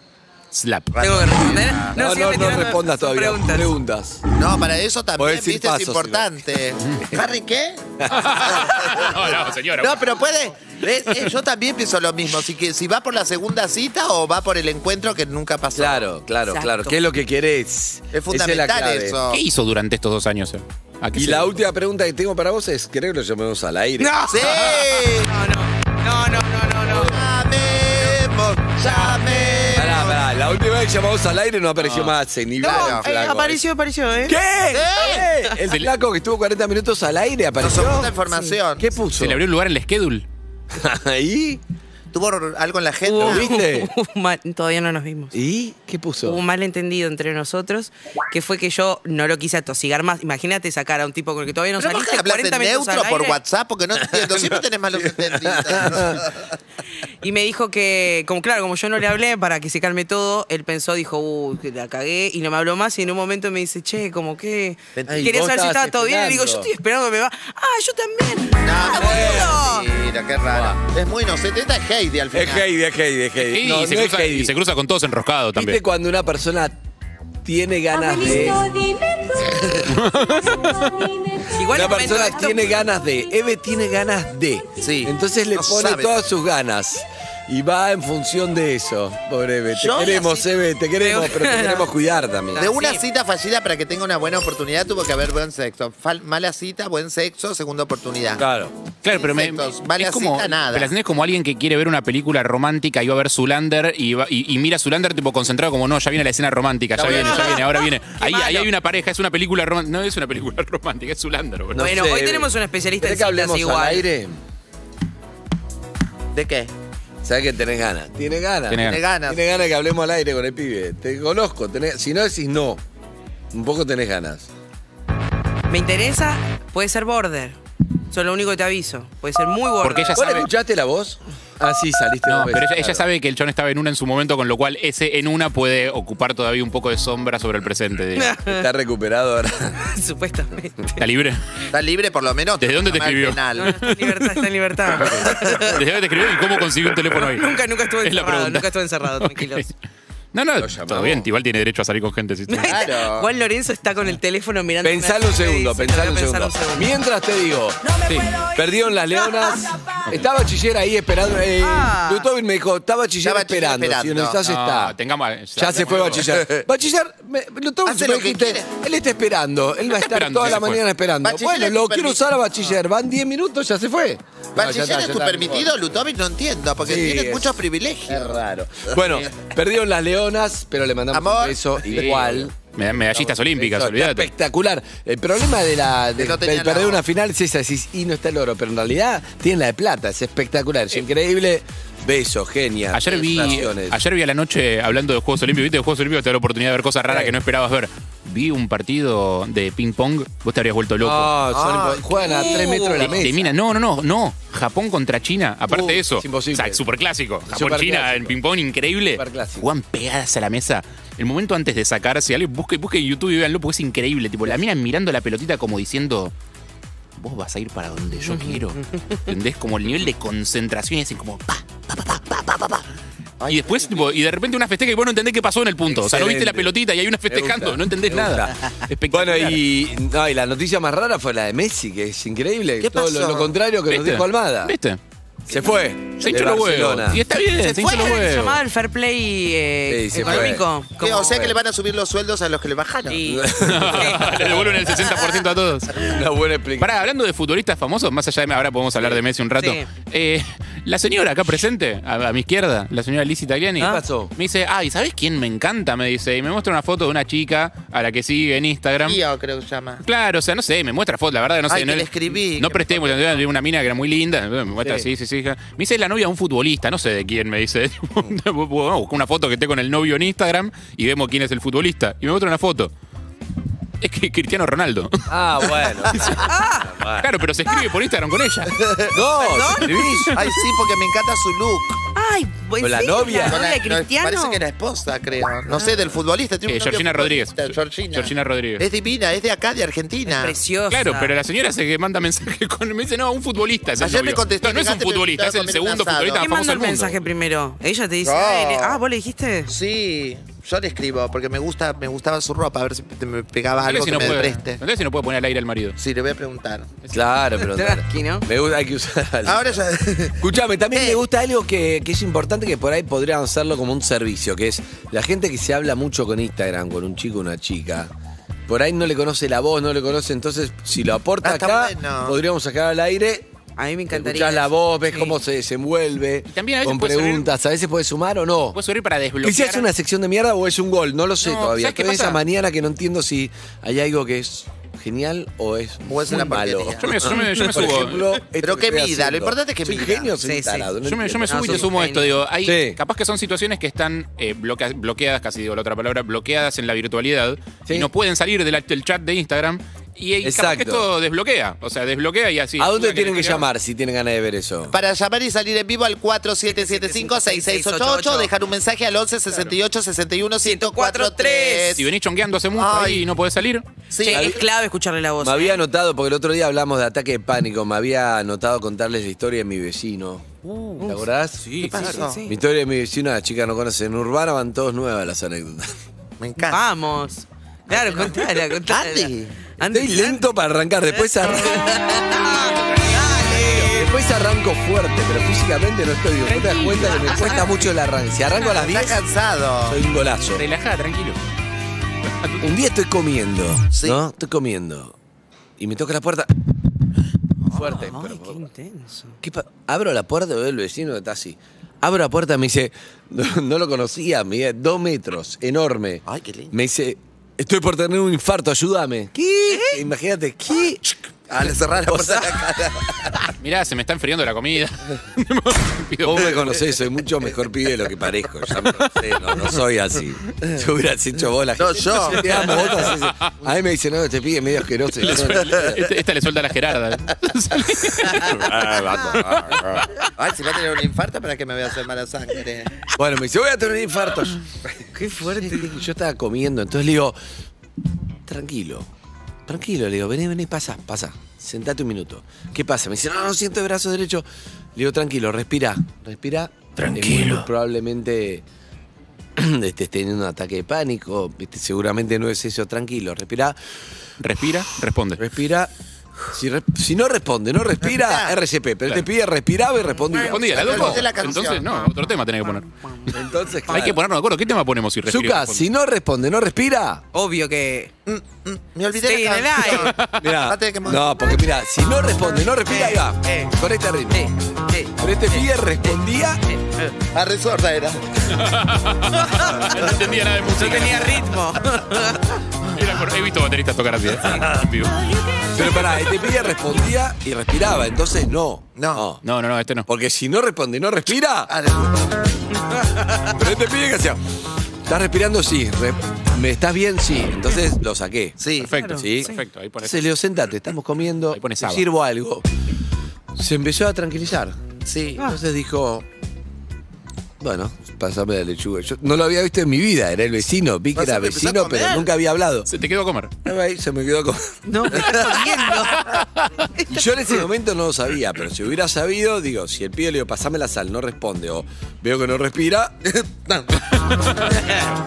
[SPEAKER 10] Slap.
[SPEAKER 13] ¿Tengo que responder?
[SPEAKER 11] No,
[SPEAKER 13] sigue
[SPEAKER 11] no, no,
[SPEAKER 13] tirando
[SPEAKER 11] respondas todavía.
[SPEAKER 13] preguntas.
[SPEAKER 11] Preguntas.
[SPEAKER 12] No, para eso
[SPEAKER 11] Podés
[SPEAKER 12] también,
[SPEAKER 11] decir
[SPEAKER 12] viste, es
[SPEAKER 11] pasos, *laughs*
[SPEAKER 12] importante. ¿Harry qué?
[SPEAKER 10] No, no, señora.
[SPEAKER 12] No, pero puede. ¿ves? Eh, Yo también pienso lo mismo. Si, que, si va por la segunda cita o va por el encuentro que nunca pasó.
[SPEAKER 11] Claro, claro, claro. ¿Qué es lo que querés? Esa
[SPEAKER 12] Es
[SPEAKER 11] la
[SPEAKER 12] fundamental
[SPEAKER 11] clave.
[SPEAKER 12] eso.
[SPEAKER 10] ¿Qué hizo durante estos dos años? eh? ¿A qué
[SPEAKER 11] Y
[SPEAKER 10] se
[SPEAKER 11] la
[SPEAKER 10] dedicó?
[SPEAKER 11] última pregunta que tengo para vos es, ¿querés que lo llamemos al aire?
[SPEAKER 13] No.
[SPEAKER 12] ¡Sí!
[SPEAKER 13] No, no, no, no, no.
[SPEAKER 12] Llamemos, llamemos.
[SPEAKER 11] *laughs* Pará, pará. La última vez que llamamos al aire no apareció más ni
[SPEAKER 13] No,
[SPEAKER 11] Vila,
[SPEAKER 13] eh,
[SPEAKER 11] flaco.
[SPEAKER 13] apareció, apareció, ¿eh?
[SPEAKER 11] ¿Qué? ¿Eh? El flaco que estuvo 40 minutos al aire apareció.
[SPEAKER 12] Nos oculta información.
[SPEAKER 11] ¿Qué puso?
[SPEAKER 10] ¿Se le abrió un lugar en el schedule?
[SPEAKER 11] *laughs* Ahí.
[SPEAKER 12] ¿Tuvo algo en la gente?
[SPEAKER 13] Hubo- hubo *laughs* mal- todavía no nos vimos.
[SPEAKER 11] ¿Y qué puso?
[SPEAKER 13] Hubo un malentendido entre nosotros, que fue que yo no lo quise atosigar más. Imagínate sacar a un tipo con el que todavía no
[SPEAKER 12] Pero
[SPEAKER 13] saliste
[SPEAKER 12] hablas
[SPEAKER 13] 40
[SPEAKER 12] en
[SPEAKER 13] minutos
[SPEAKER 12] neutro
[SPEAKER 13] al
[SPEAKER 12] por
[SPEAKER 13] aire.
[SPEAKER 12] WhatsApp porque no entiendo. Siempre tenés malos entendidos.
[SPEAKER 13] Y me dijo que, como claro, como yo no le hablé para que se calme todo, él pensó, dijo, uy, que la cagué, y no me habló más, y en un momento me dice, che, como que
[SPEAKER 12] Ay,
[SPEAKER 13] quería
[SPEAKER 12] vos
[SPEAKER 13] saber si
[SPEAKER 12] estabas
[SPEAKER 13] estaba todo bien, y digo, yo
[SPEAKER 12] esperando.
[SPEAKER 13] estoy esperando que me va. Ah, yo también. "Ah,
[SPEAKER 12] Mira, qué raro. Es muy inocente. Esta es Heidi al final.
[SPEAKER 11] Es Heidi, es Heidi, es Heidi.
[SPEAKER 10] Y,
[SPEAKER 11] Eh, No,
[SPEAKER 10] se
[SPEAKER 11] no es
[SPEAKER 10] cruza,
[SPEAKER 11] Heidi.
[SPEAKER 10] y se cruza con todos enroscados
[SPEAKER 11] ¿Viste
[SPEAKER 10] también.
[SPEAKER 11] cuando una persona tiene
[SPEAKER 2] Ah,
[SPEAKER 11] ganas de... *laughs*
[SPEAKER 13] Igual
[SPEAKER 11] la
[SPEAKER 13] el momento
[SPEAKER 11] persona
[SPEAKER 13] de esto-
[SPEAKER 11] tiene ganas de, Eve tiene ganas de.
[SPEAKER 12] Sí.
[SPEAKER 11] Entonces le
[SPEAKER 12] No
[SPEAKER 11] pone
[SPEAKER 12] sabe.
[SPEAKER 11] todas sus ganas. Y va en función de eso, pobre Eve. Te
[SPEAKER 12] Yo-
[SPEAKER 11] queremos, Eve, te queremos,
[SPEAKER 12] Yo-
[SPEAKER 11] pero te queremos cuidar también.
[SPEAKER 12] De una cita fallida para que tenga una buena oportunidad tuvo que haber buen sexo. Fal- mala cita, buen sexo, segunda oportunidad.
[SPEAKER 11] Claro.
[SPEAKER 10] Claro, pero me,
[SPEAKER 12] Insectos, mala
[SPEAKER 10] es como,
[SPEAKER 12] cita, nada.
[SPEAKER 10] me la tenés como alguien que quiere ver una película romántica y va a ver Zulander y, va- y, y mira Zulander tipo concentrado como no, ya viene la escena romántica, ya
[SPEAKER 13] No,
[SPEAKER 10] viene,
[SPEAKER 13] no,
[SPEAKER 10] ya
[SPEAKER 13] no.
[SPEAKER 10] viene, ahora viene.
[SPEAKER 13] Qué
[SPEAKER 10] Ahí, ahí
[SPEAKER 13] malo.
[SPEAKER 10] hay una pareja, es una película romántica. No es una película *laughs* romántica, es Zulander, boludo.
[SPEAKER 13] bueno, hoy tenemos un especialista en
[SPEAKER 11] ¿Querés que
[SPEAKER 13] citas
[SPEAKER 11] hablemos
[SPEAKER 13] igual.
[SPEAKER 11] al aire?
[SPEAKER 12] ¿De qué?
[SPEAKER 11] ¿Sabes que tenés ganas? Tiene ganas.
[SPEAKER 10] Tiene ganas.
[SPEAKER 11] Tiene ganas que hablemos al aire con el pibe. Te conozco. tenés- si no decís no, un poco tenés ganas.
[SPEAKER 13] Me interesa, puede ser border. Eso es lo único que te aviso. Puede ser muy border.
[SPEAKER 10] Porque ella
[SPEAKER 11] ¿Vos
[SPEAKER 10] sabe-
[SPEAKER 11] escuchaste la voz? Ah, sí, saliste
[SPEAKER 10] No,
[SPEAKER 11] dos
[SPEAKER 10] pero
[SPEAKER 11] veces,
[SPEAKER 10] ella, ella
[SPEAKER 11] claro.
[SPEAKER 10] sabe que el chon estaba en una en su momento, con lo cual ese en una puede ocupar todavía un poco de sombra sobre el
[SPEAKER 11] *laughs*
[SPEAKER 10] presente. digamos.
[SPEAKER 11] Está recuperado *laughs* ahora.
[SPEAKER 13] *laughs* Supuestamente.
[SPEAKER 11] *laughs*
[SPEAKER 10] ¿Está libre?
[SPEAKER 12] Está libre por lo menos.
[SPEAKER 10] ¿Desde dónde te
[SPEAKER 12] Mal
[SPEAKER 10] escribió?
[SPEAKER 12] penal.
[SPEAKER 13] Está en libertad, está en libertad.
[SPEAKER 12] *laughs*
[SPEAKER 10] ¿Desde dónde te escribió y cómo consiguió un
[SPEAKER 13] *laughs*
[SPEAKER 10] teléfono ahí?
[SPEAKER 13] nunca, nunca estuve
[SPEAKER 10] Es la
[SPEAKER 13] encerrado,
[SPEAKER 10] pregunta.
[SPEAKER 13] nunca
[SPEAKER 10] *laughs*
[SPEAKER 13] estuve encerrado, tranquilos. *laughs*
[SPEAKER 10] No, no, todo bien. Igual tiene derecho a salir
[SPEAKER 11] *laughs*
[SPEAKER 10] con gente. Si
[SPEAKER 13] Juan Lorenzo está con el teléfono mirando.
[SPEAKER 11] Pensalo
[SPEAKER 13] una-
[SPEAKER 11] un segundo,
[SPEAKER 13] Sí,
[SPEAKER 11] pensalo un
[SPEAKER 13] voy a
[SPEAKER 11] segundo.
[SPEAKER 13] pensar
[SPEAKER 11] Mientras te digo, sí, perdieron las leonas. Estaba Chiller ahí esperando. Eh, Lutovic me dijo, estaba Chiller
[SPEAKER 12] Estaba Chiller
[SPEAKER 11] esperando. Si
[SPEAKER 12] esperando.
[SPEAKER 11] nos
[SPEAKER 10] No,
[SPEAKER 11] está.
[SPEAKER 10] tengamos-
[SPEAKER 11] Ya se fue
[SPEAKER 12] *laughs*
[SPEAKER 11] Bachiller. Bachiller, me- Lutovic
[SPEAKER 12] Hace
[SPEAKER 11] me
[SPEAKER 12] lo que
[SPEAKER 11] dijiste, él está esperando. Él va a
[SPEAKER 10] Está
[SPEAKER 11] estar
[SPEAKER 10] esperando,
[SPEAKER 11] toda
[SPEAKER 10] ya
[SPEAKER 11] la
[SPEAKER 10] se fue.
[SPEAKER 11] mañana esperando.
[SPEAKER 12] Bachiller
[SPEAKER 11] Bueno,
[SPEAKER 12] es
[SPEAKER 11] lo
[SPEAKER 12] tu
[SPEAKER 11] quiero
[SPEAKER 12] permiso.
[SPEAKER 11] usar a Bachiller. Van 10 minutos, ya se fue. No, ya
[SPEAKER 12] ¿Bachiller
[SPEAKER 11] está, ya
[SPEAKER 12] es tu
[SPEAKER 11] está,
[SPEAKER 12] permitido, Lutovic? No entiendo, porque
[SPEAKER 11] Sí,
[SPEAKER 12] tienes
[SPEAKER 11] es-
[SPEAKER 12] muchos privilegios.
[SPEAKER 11] Es raro. Bueno, perdieron las leonas, pero le mandamos
[SPEAKER 12] Amor.
[SPEAKER 11] un beso igual.
[SPEAKER 10] Medallistas olímpicas,
[SPEAKER 11] Eso, está
[SPEAKER 10] olvídate.
[SPEAKER 11] Espectacular. El problema de la de,
[SPEAKER 12] Que no tenía
[SPEAKER 11] del perder
[SPEAKER 12] nada.
[SPEAKER 11] una final es esa, decís, y no está el oro, pero en realidad tienen la de plata, es espectacular, es increíble. Beso, genia.
[SPEAKER 10] Ayer vi,
[SPEAKER 11] felicitaciones.
[SPEAKER 10] ayer vi a la noche hablando de Juegos Olímpicos. ¿Viste? De Juegos Olímpicos te da la oportunidad de ver cosas raras que no esperabas ver. Vi un partido de ping-pong. Vos te habrías vuelto loco.
[SPEAKER 11] Ah, son impo- juegan a tres metros de la
[SPEAKER 10] De-
[SPEAKER 11] mesa.
[SPEAKER 10] de mina. No, no, no, no. Japón contra China. Aparte
[SPEAKER 11] Uh,
[SPEAKER 10] de eso.
[SPEAKER 11] es imposible.
[SPEAKER 10] O sea, super clásico. Japón-China
[SPEAKER 11] Superclásico.
[SPEAKER 10] en ping-pong, increíble.
[SPEAKER 11] Superclásico.
[SPEAKER 10] Juegan pegadas a la mesa. El momento antes de sacarse, alguien busque, busque en YouTube y véanlo porque es increíble. Tipo, la mina mirando la pelotita como diciendo. Vos vas a ir para donde yo quiero. ¿Entendés? Como el nivel de concentración y hacen como pa, pa, pa, pa, pa, pa, pa, pa. y después, tipo, y de repente una festeja y vos no entendés qué pasó en el punto. O sea, no viste la
[SPEAKER 11] Excelente.
[SPEAKER 10] pelotita y hay una
[SPEAKER 11] Me
[SPEAKER 10] festejando,
[SPEAKER 11] gusta,
[SPEAKER 10] no entendés
[SPEAKER 11] me gusta.
[SPEAKER 10] nada.
[SPEAKER 11] Bueno,
[SPEAKER 10] Espectacular.
[SPEAKER 11] y, no, y la noticia más rara fue la de Messi, que es increíble.
[SPEAKER 12] ¿Qué
[SPEAKER 11] Todo lo,
[SPEAKER 12] pasó?
[SPEAKER 11] lo contrario que nos
[SPEAKER 10] ¿Viste?
[SPEAKER 11] dijo Almada.
[SPEAKER 10] ¿Viste?
[SPEAKER 11] Se fue. de
[SPEAKER 10] Se hinchó los
[SPEAKER 11] Barcelona.
[SPEAKER 10] huevos. Y este- está bien, se,
[SPEAKER 13] ¿Se
[SPEAKER 10] hinchó los
[SPEAKER 13] fue el
[SPEAKER 10] huevos. *laughs*
[SPEAKER 13] llamado el fair play eh,
[SPEAKER 11] Sí, se fue.
[SPEAKER 13] económico?
[SPEAKER 12] ¿Qué?
[SPEAKER 13] Como-
[SPEAKER 12] O sea que le van a subir los sueldos a los que le bajaron.
[SPEAKER 13] Sí.
[SPEAKER 10] Le devuelven el 60%
[SPEAKER 11] *laughs*
[SPEAKER 10] a todos.
[SPEAKER 11] *laughs* Una buena explicación.
[SPEAKER 10] Pará, hablando de futbolistas famosos, más allá de. Ahora podemos hablar de Messi un rato.
[SPEAKER 13] Sí.
[SPEAKER 10] Eh, la señora acá presente, a, a mi izquierda, la señora Lizzie Tagliani.
[SPEAKER 11] ¿Qué pasó?
[SPEAKER 10] Me dice, ay, ¿sabés quién me encanta? Me dice, y me muestra una foto de una chica a la que sigue en Instagram.
[SPEAKER 12] Tío, creo que se llama.
[SPEAKER 10] Claro, o sea, no sé, me muestra fotos, la verdad, no sé.
[SPEAKER 12] Ay, que
[SPEAKER 10] no
[SPEAKER 12] le escribí,
[SPEAKER 10] No
[SPEAKER 12] que
[SPEAKER 10] presté mucha atención, vi una mina que era muy linda, me muestra, sí,
[SPEAKER 11] Sí.
[SPEAKER 10] sí, sí. hija. Me dice la novia de un futbolista, no sé de quién, me dice. *laughs* Vamos a buscar una foto que esté con el novio en Instagram y vemos quién es el futbolista. Y me muestra una foto. Es que Cristiano Ronaldo.
[SPEAKER 11] Ah, bueno.
[SPEAKER 13] Ah,
[SPEAKER 12] Ah.
[SPEAKER 10] Claro, pero se escribe por Instagram con
[SPEAKER 12] *laughs*
[SPEAKER 10] ella.
[SPEAKER 11] No, se escribí.
[SPEAKER 12] Ay, sí, porque me encanta su look.
[SPEAKER 13] Ay, buen
[SPEAKER 11] Con la
[SPEAKER 13] serio,
[SPEAKER 11] novia.
[SPEAKER 13] La
[SPEAKER 12] Con la-
[SPEAKER 13] novia de
[SPEAKER 12] no,
[SPEAKER 13] Cristiano.
[SPEAKER 12] Parece que era esposa, creo. No sé, del futbolista. Tiene un
[SPEAKER 10] Eh,
[SPEAKER 12] novio
[SPEAKER 10] Georgina Rodríguez.
[SPEAKER 12] futbolista, Georgina.
[SPEAKER 10] Georgina Rodríguez.
[SPEAKER 12] Es divina, es de acá, de Argentina.
[SPEAKER 13] Preciosa.
[SPEAKER 10] Claro, pero la señora se que manda mensaje con. Me dice, no, un futbolista. Es el
[SPEAKER 12] Ayer me
[SPEAKER 10] novio.
[SPEAKER 12] contestó,
[SPEAKER 10] No, no es un
[SPEAKER 12] llegaste, te
[SPEAKER 10] futbolista, es
[SPEAKER 12] invitaba a
[SPEAKER 10] el
[SPEAKER 12] comer un
[SPEAKER 10] segundo
[SPEAKER 12] asado.
[SPEAKER 10] futbolista más
[SPEAKER 13] ¿Quién
[SPEAKER 10] famoso
[SPEAKER 13] mandó el
[SPEAKER 10] del mundo.
[SPEAKER 13] mensaje primero? Ella te dice,
[SPEAKER 12] No.
[SPEAKER 13] "Ay, le- ah, ¿vos le dijiste?
[SPEAKER 12] Sí, yo le escribo porque me gusta, me gustaba su ropa, a ver si te- me pegaba
[SPEAKER 10] Dale
[SPEAKER 12] algo
[SPEAKER 10] si
[SPEAKER 12] que
[SPEAKER 10] no
[SPEAKER 12] me
[SPEAKER 10] puede-
[SPEAKER 12] preste.
[SPEAKER 10] dale si no puede poner al aire al marido.
[SPEAKER 12] Sí, le voy a preguntar.
[SPEAKER 11] Claro, pero.
[SPEAKER 13] Trasqui, ¿no?
[SPEAKER 11] Me gusta, hay que usar.
[SPEAKER 12] Ahora ya. *laughs*
[SPEAKER 11] Escuchame,
[SPEAKER 10] eh.
[SPEAKER 11] también me gusta algo que, que es importante que por ahí podrían hacerlo como un servicio, que es la gente que se habla mucho con Instagram, con un chico o una chica. Por ahí no le conoce la voz, no le conoce, entonces si lo aporta
[SPEAKER 12] Ah, está
[SPEAKER 11] acá,
[SPEAKER 12] bueno.
[SPEAKER 11] podríamos sacar al aire.
[SPEAKER 13] A mí me encantaría.
[SPEAKER 11] Escuchás la voz, ves
[SPEAKER 13] Sí.
[SPEAKER 11] cómo se desenvuelve,
[SPEAKER 10] también a veces
[SPEAKER 11] con
[SPEAKER 10] puede servir-
[SPEAKER 11] preguntas, a veces puede sumar o no.
[SPEAKER 10] Puede subir para desbloquear.
[SPEAKER 11] Quizás es una sección de mierda o es un gol, no lo sé
[SPEAKER 10] No,
[SPEAKER 11] todavía.
[SPEAKER 10] ¿sabes qué
[SPEAKER 11] Estoy en
[SPEAKER 10] pasa?
[SPEAKER 11] esa mañana que no entiendo si hay algo que es genial o es,
[SPEAKER 12] O es
[SPEAKER 11] muy
[SPEAKER 12] una
[SPEAKER 11] malo?
[SPEAKER 12] porquería.
[SPEAKER 10] Yo me- yo me- yo
[SPEAKER 12] *laughs*
[SPEAKER 10] me
[SPEAKER 11] Por
[SPEAKER 10] subo.
[SPEAKER 11] ejemplo, esto
[SPEAKER 12] Pero
[SPEAKER 11] que
[SPEAKER 12] que
[SPEAKER 11] estoy
[SPEAKER 12] mida, lo
[SPEAKER 11] haciendo.
[SPEAKER 12] importante es que
[SPEAKER 11] Soy
[SPEAKER 12] mida.
[SPEAKER 11] genio, soy
[SPEAKER 12] Sí, sí.
[SPEAKER 11] tarado, no
[SPEAKER 10] Yo me, yo me
[SPEAKER 11] entiendo.
[SPEAKER 10] subo y
[SPEAKER 11] No,
[SPEAKER 10] te
[SPEAKER 11] soy
[SPEAKER 10] sumo
[SPEAKER 11] un
[SPEAKER 10] esto,
[SPEAKER 11] genio.
[SPEAKER 10] digo, hay,
[SPEAKER 11] Sí.
[SPEAKER 10] capaz que son situaciones que están eh, bloquea- bloqueadas, casi digo la otra palabra, bloqueadas en la virtualidad
[SPEAKER 11] Sí.
[SPEAKER 10] y no pueden salir del, act- del chat de Instagram y eh, capaz
[SPEAKER 11] Exacto.
[SPEAKER 10] que esto desbloquea, o sea, desbloquea y así.
[SPEAKER 11] ¿A dónde
[SPEAKER 10] Una
[SPEAKER 11] tienen que
[SPEAKER 10] desbloquea.
[SPEAKER 11] llamar si tienen ganas de ver eso?
[SPEAKER 12] Para llamar y salir en vivo al 4775-6688, dejar un mensaje al 11 68 61 1043.
[SPEAKER 10] Si venís chongueando hace mucho
[SPEAKER 12] Ay.
[SPEAKER 10] ahí y no podés salir.
[SPEAKER 12] Sí,
[SPEAKER 13] Che, es clave escucharle la voz.
[SPEAKER 11] Me
[SPEAKER 13] ¿eh?
[SPEAKER 11] había anotado, porque el otro día hablamos de ataque de pánico, me había anotado contarles la historia de mi vecino. ¿Te acordás?
[SPEAKER 13] ¿Qué pasó? Uh. sí.
[SPEAKER 11] Mi historia de mi vecino, la chica no conoce. En Urbana van todos nuevas las anécdotas.
[SPEAKER 13] *laughs*
[SPEAKER 12] Me encanta.
[SPEAKER 13] Ah. Vamos. Claro, contala, contala.
[SPEAKER 11] Andy.
[SPEAKER 13] Andy,
[SPEAKER 11] Estoy lento para arrancar, después arranco. Después arranco fuerte, pero físicamente no estoy bien. ¿Vos te das cuenta que me cuesta mucho el arranque? Si arranco a las 10,
[SPEAKER 12] Está cansado.
[SPEAKER 11] soy un golazo.
[SPEAKER 10] Relajá, tranquilo.
[SPEAKER 11] Un día estoy comiendo,
[SPEAKER 12] Sí.
[SPEAKER 11] ¿no? Estoy comiendo. Y me toca la puerta. Fuerte, pero-
[SPEAKER 13] Ay, qué intenso.
[SPEAKER 11] ¿Qué pa- Abro la puerta, veo el vecino que está así. Abro la puerta, me dice, no, no lo conocía, mira, dos metros, enorme.
[SPEAKER 12] Ay, qué lindo.
[SPEAKER 11] Me dice, estoy por tener un infarto, ayúdame. ¿Qué? Imagínate, ¿qué?
[SPEAKER 12] Al cerrar la
[SPEAKER 11] O sea,
[SPEAKER 12] puerta de la cara.
[SPEAKER 10] Mirá, se me está enfriando
[SPEAKER 11] *laughs*
[SPEAKER 10] la comida. Pido-
[SPEAKER 11] Vos me conocés, soy mucho mejor pibe de lo que parezco. Ya me conocés, no, no soy así. Si hubieras hecho vos la
[SPEAKER 12] No,
[SPEAKER 11] gente,
[SPEAKER 12] yo.
[SPEAKER 11] Te amo, vos te haces- A mí me dicen, no, este pibe es medio asqueroso. Y yo, no,
[SPEAKER 10] le
[SPEAKER 11] *laughs*
[SPEAKER 10] suel- este- esta le suelta a la Gerarda. *laughs*
[SPEAKER 12] Ay, si va a tener un infarto, ¿para que me voy a hacer mala sangre?
[SPEAKER 11] Bueno, me dice, voy a tener infartos. Qué fuerte. Yo estaba comiendo, entonces le digo, tranquilo, tranquilo, le digo, vení, vení, pasa, pasa, sentate un minuto. ¿Qué pasa? Me dice, no, no siento el brazo derecho. Le digo, tranquilo, respira, respira. Tranquilo. probablemente *clears throat* estés teniendo un ataque de pánico, viste, seguramente no es eso, tranquilo, respira,
[SPEAKER 10] Respira, responde.
[SPEAKER 11] respira. Si, re- si no responde, no respira, RCP, pero
[SPEAKER 10] Claro.
[SPEAKER 11] te pide respiraba y respondía.
[SPEAKER 10] Respondí a la
[SPEAKER 12] Pero
[SPEAKER 10] loco.
[SPEAKER 12] dice la canción.
[SPEAKER 10] Entonces, no, otro tema tenés que poner.
[SPEAKER 11] Entonces,
[SPEAKER 10] Hay que ponernos de acuerdo. ¿Qué tema ponemos si
[SPEAKER 11] Zuka,
[SPEAKER 10] respira?
[SPEAKER 11] si no responde, no respira.
[SPEAKER 13] Obvio que.
[SPEAKER 12] Me olvidé
[SPEAKER 13] Stay
[SPEAKER 12] la
[SPEAKER 13] in the
[SPEAKER 12] canción. Va
[SPEAKER 11] Mirá,
[SPEAKER 12] a tener que mover.
[SPEAKER 11] no, porque mira, si no responde, no respira, ahí va.
[SPEAKER 13] eh,
[SPEAKER 11] Con este ritmo.
[SPEAKER 13] Eh,
[SPEAKER 1] *laughs*
[SPEAKER 13] eh,
[SPEAKER 11] Pero este pibe respondía.
[SPEAKER 13] eh.
[SPEAKER 12] A resorta era.
[SPEAKER 10] No entendía nada de
[SPEAKER 13] No
[SPEAKER 10] música.
[SPEAKER 13] tenía ritmo.
[SPEAKER 1] *laughs*
[SPEAKER 10] Era por- He visto bateristas tocar así. ¿eh? En vivo.
[SPEAKER 11] Pero pará, este pibe respondía y respiraba, entonces no.
[SPEAKER 12] No. Ah,
[SPEAKER 10] No, no, no, este no.
[SPEAKER 11] Porque si no responde y no respira. *laughs* Pero este pibe que hacía. ¿Estás respirando? Sí. Re- ¿Me estás bien? Sí. Entonces lo saqué.
[SPEAKER 12] Sí.
[SPEAKER 10] Perfecto,
[SPEAKER 11] Sí.
[SPEAKER 10] perfecto. Ahí pones.
[SPEAKER 11] Entonces le digo, sentate, estamos comiendo.
[SPEAKER 10] Ahí pones
[SPEAKER 11] te
[SPEAKER 10] Saba.
[SPEAKER 11] sirvo algo. Se empezó a tranquilizar. Ah.
[SPEAKER 12] Sí.
[SPEAKER 11] Entonces dijo, bueno, pasame la lechuga. Yo no lo había visto en mi vida, era el vecino. Vi que
[SPEAKER 12] Vas a
[SPEAKER 11] era
[SPEAKER 12] empezar a
[SPEAKER 11] vecino,
[SPEAKER 12] comer.
[SPEAKER 11] pero nunca había hablado.
[SPEAKER 10] Se te quedó a comer.
[SPEAKER 11] Ahí se me quedó con...
[SPEAKER 13] No, me estás jodiendo.
[SPEAKER 11] *laughs* Y yo en ese momento no lo sabía, pero si hubiera sabido, digo, si el pibe le digo, pasame la sal, no responde, o veo que no respira, *laughs*
[SPEAKER 13] *laughs*